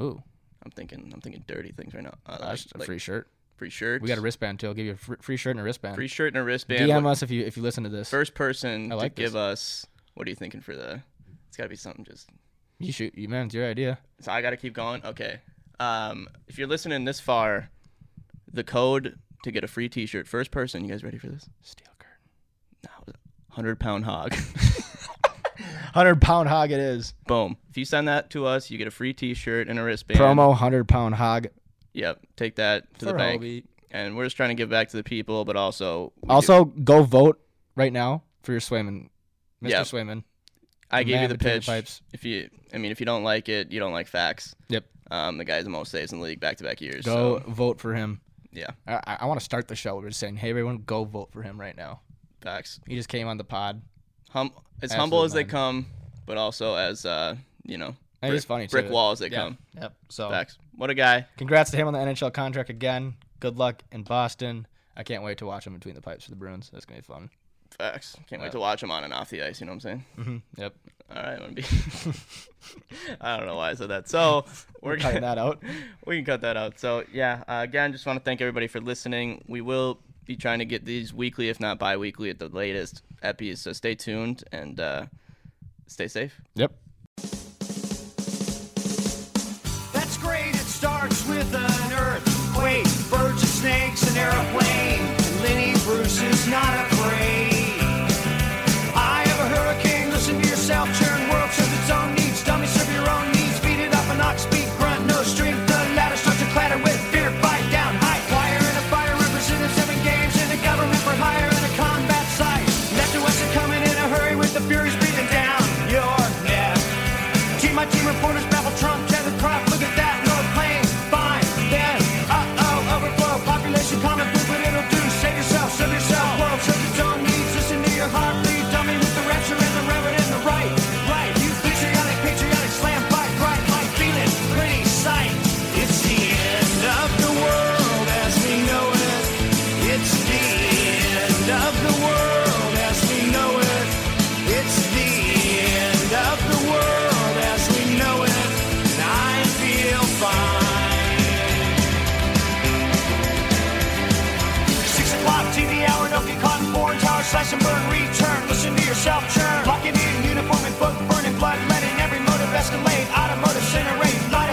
Ooh,
I'm thinking. I'm thinking dirty things right now. Uh, like,
that's a
like free,
free shirt.
shirts.
We got a wristband too. I'll give you a fr- free shirt and a wristband.
free shirt and a wristband.
DM
What-
us if you if you listen to this.
First person
I like
to
this.
give us. What are you thinking for the? It's got to be something just.
You shoot, you man, it's your idea.
So I got to keep going. Okay. Um, if you're listening this far, the code to get a free T-shirt. First person. You guys ready for this?
Steel curtain.
No. Hundred pound hog.
Hundred pound hog it is.
Boom. If you send that to us, you get a free T-shirt and a wristband.
Promo hundred pound hog
Yep. Take that to the
for
bank.
Hobie.
And we're just trying to give back to the people, but also. we do-
Also, go vote right now for your swayman, Mr.
Yeah.
Swayman.
I gave you
man
the
between the
pitch.
pipes.
If you, I mean, if you don't like it, you don't like facts.
Yep.
Um, the guy's the most saves in the league back to back years.
Go
So
vote for him.
yeah,
I, I- I want to start the show. We're just saying, hey everyone, go vote for him right now.
facts.
He just came on the pod.
hum- as
Absolute
humble as they
mind.
come, but also as uh, you know,
And he's funny
brick
too.
wall as they
Yeah. Oh.
come.
Yep. So
Facts. What a guy.
congrats to him on the NHL contract again. Good luck in Boston. I can't wait to watch him between the pipes for the Bruins. That's gonna be fun.
Facts. Can't
Yeah.
wait to watch him on and off the ice. You know what I'm saying?
Mm-hmm. Yep.
All right, MB. I don't know why I said that. So we're
Cutting
gonna,
that out.
we can cut that out. So yeah, uh, again, just want to thank everybody for listening. We will be trying to get these weekly, if not bi-weekly, at the latest epis. So stay tuned and uh, stay safe.
Yep.
That's great. It starts with an earthquake, birds and snakes, an airplane. Lenny Bruce is not afraid. I have a hurricane. Listen to yourself. Churn world serves its own needs. Dummy serve your own needs. Feed it up an ox speak grunt. No strength. The ladder starts to clatter with fear. Fight down. High wire and a fire represented seven games in a government for hire and a combat site. Left to west are coming in a hurry with the furies breathing down your neck. Team my team reporters babble Trump, tether crop. Look at that, no plane. Fine, then. Uh oh, overflow. Population common food, but it'll do. Save yourself, serve yourself. World serves its own needs. Listen to your heartbeat. Dummy with the rapture and the reverend and the right. Right, you patriotic, patriotic, slam fight, right, like feeling. Pretty sight. It's the end of the world as we know it. It's the end of the world as we know it. It's the end of the world as we know it, and I feel fine. Six o'clock TV hour, no get caught in foreign tower, slash and burn, return. Listen to yourself churn. Locking in uniform and book burning, blood letting every motive escalate. Automotive centerate, light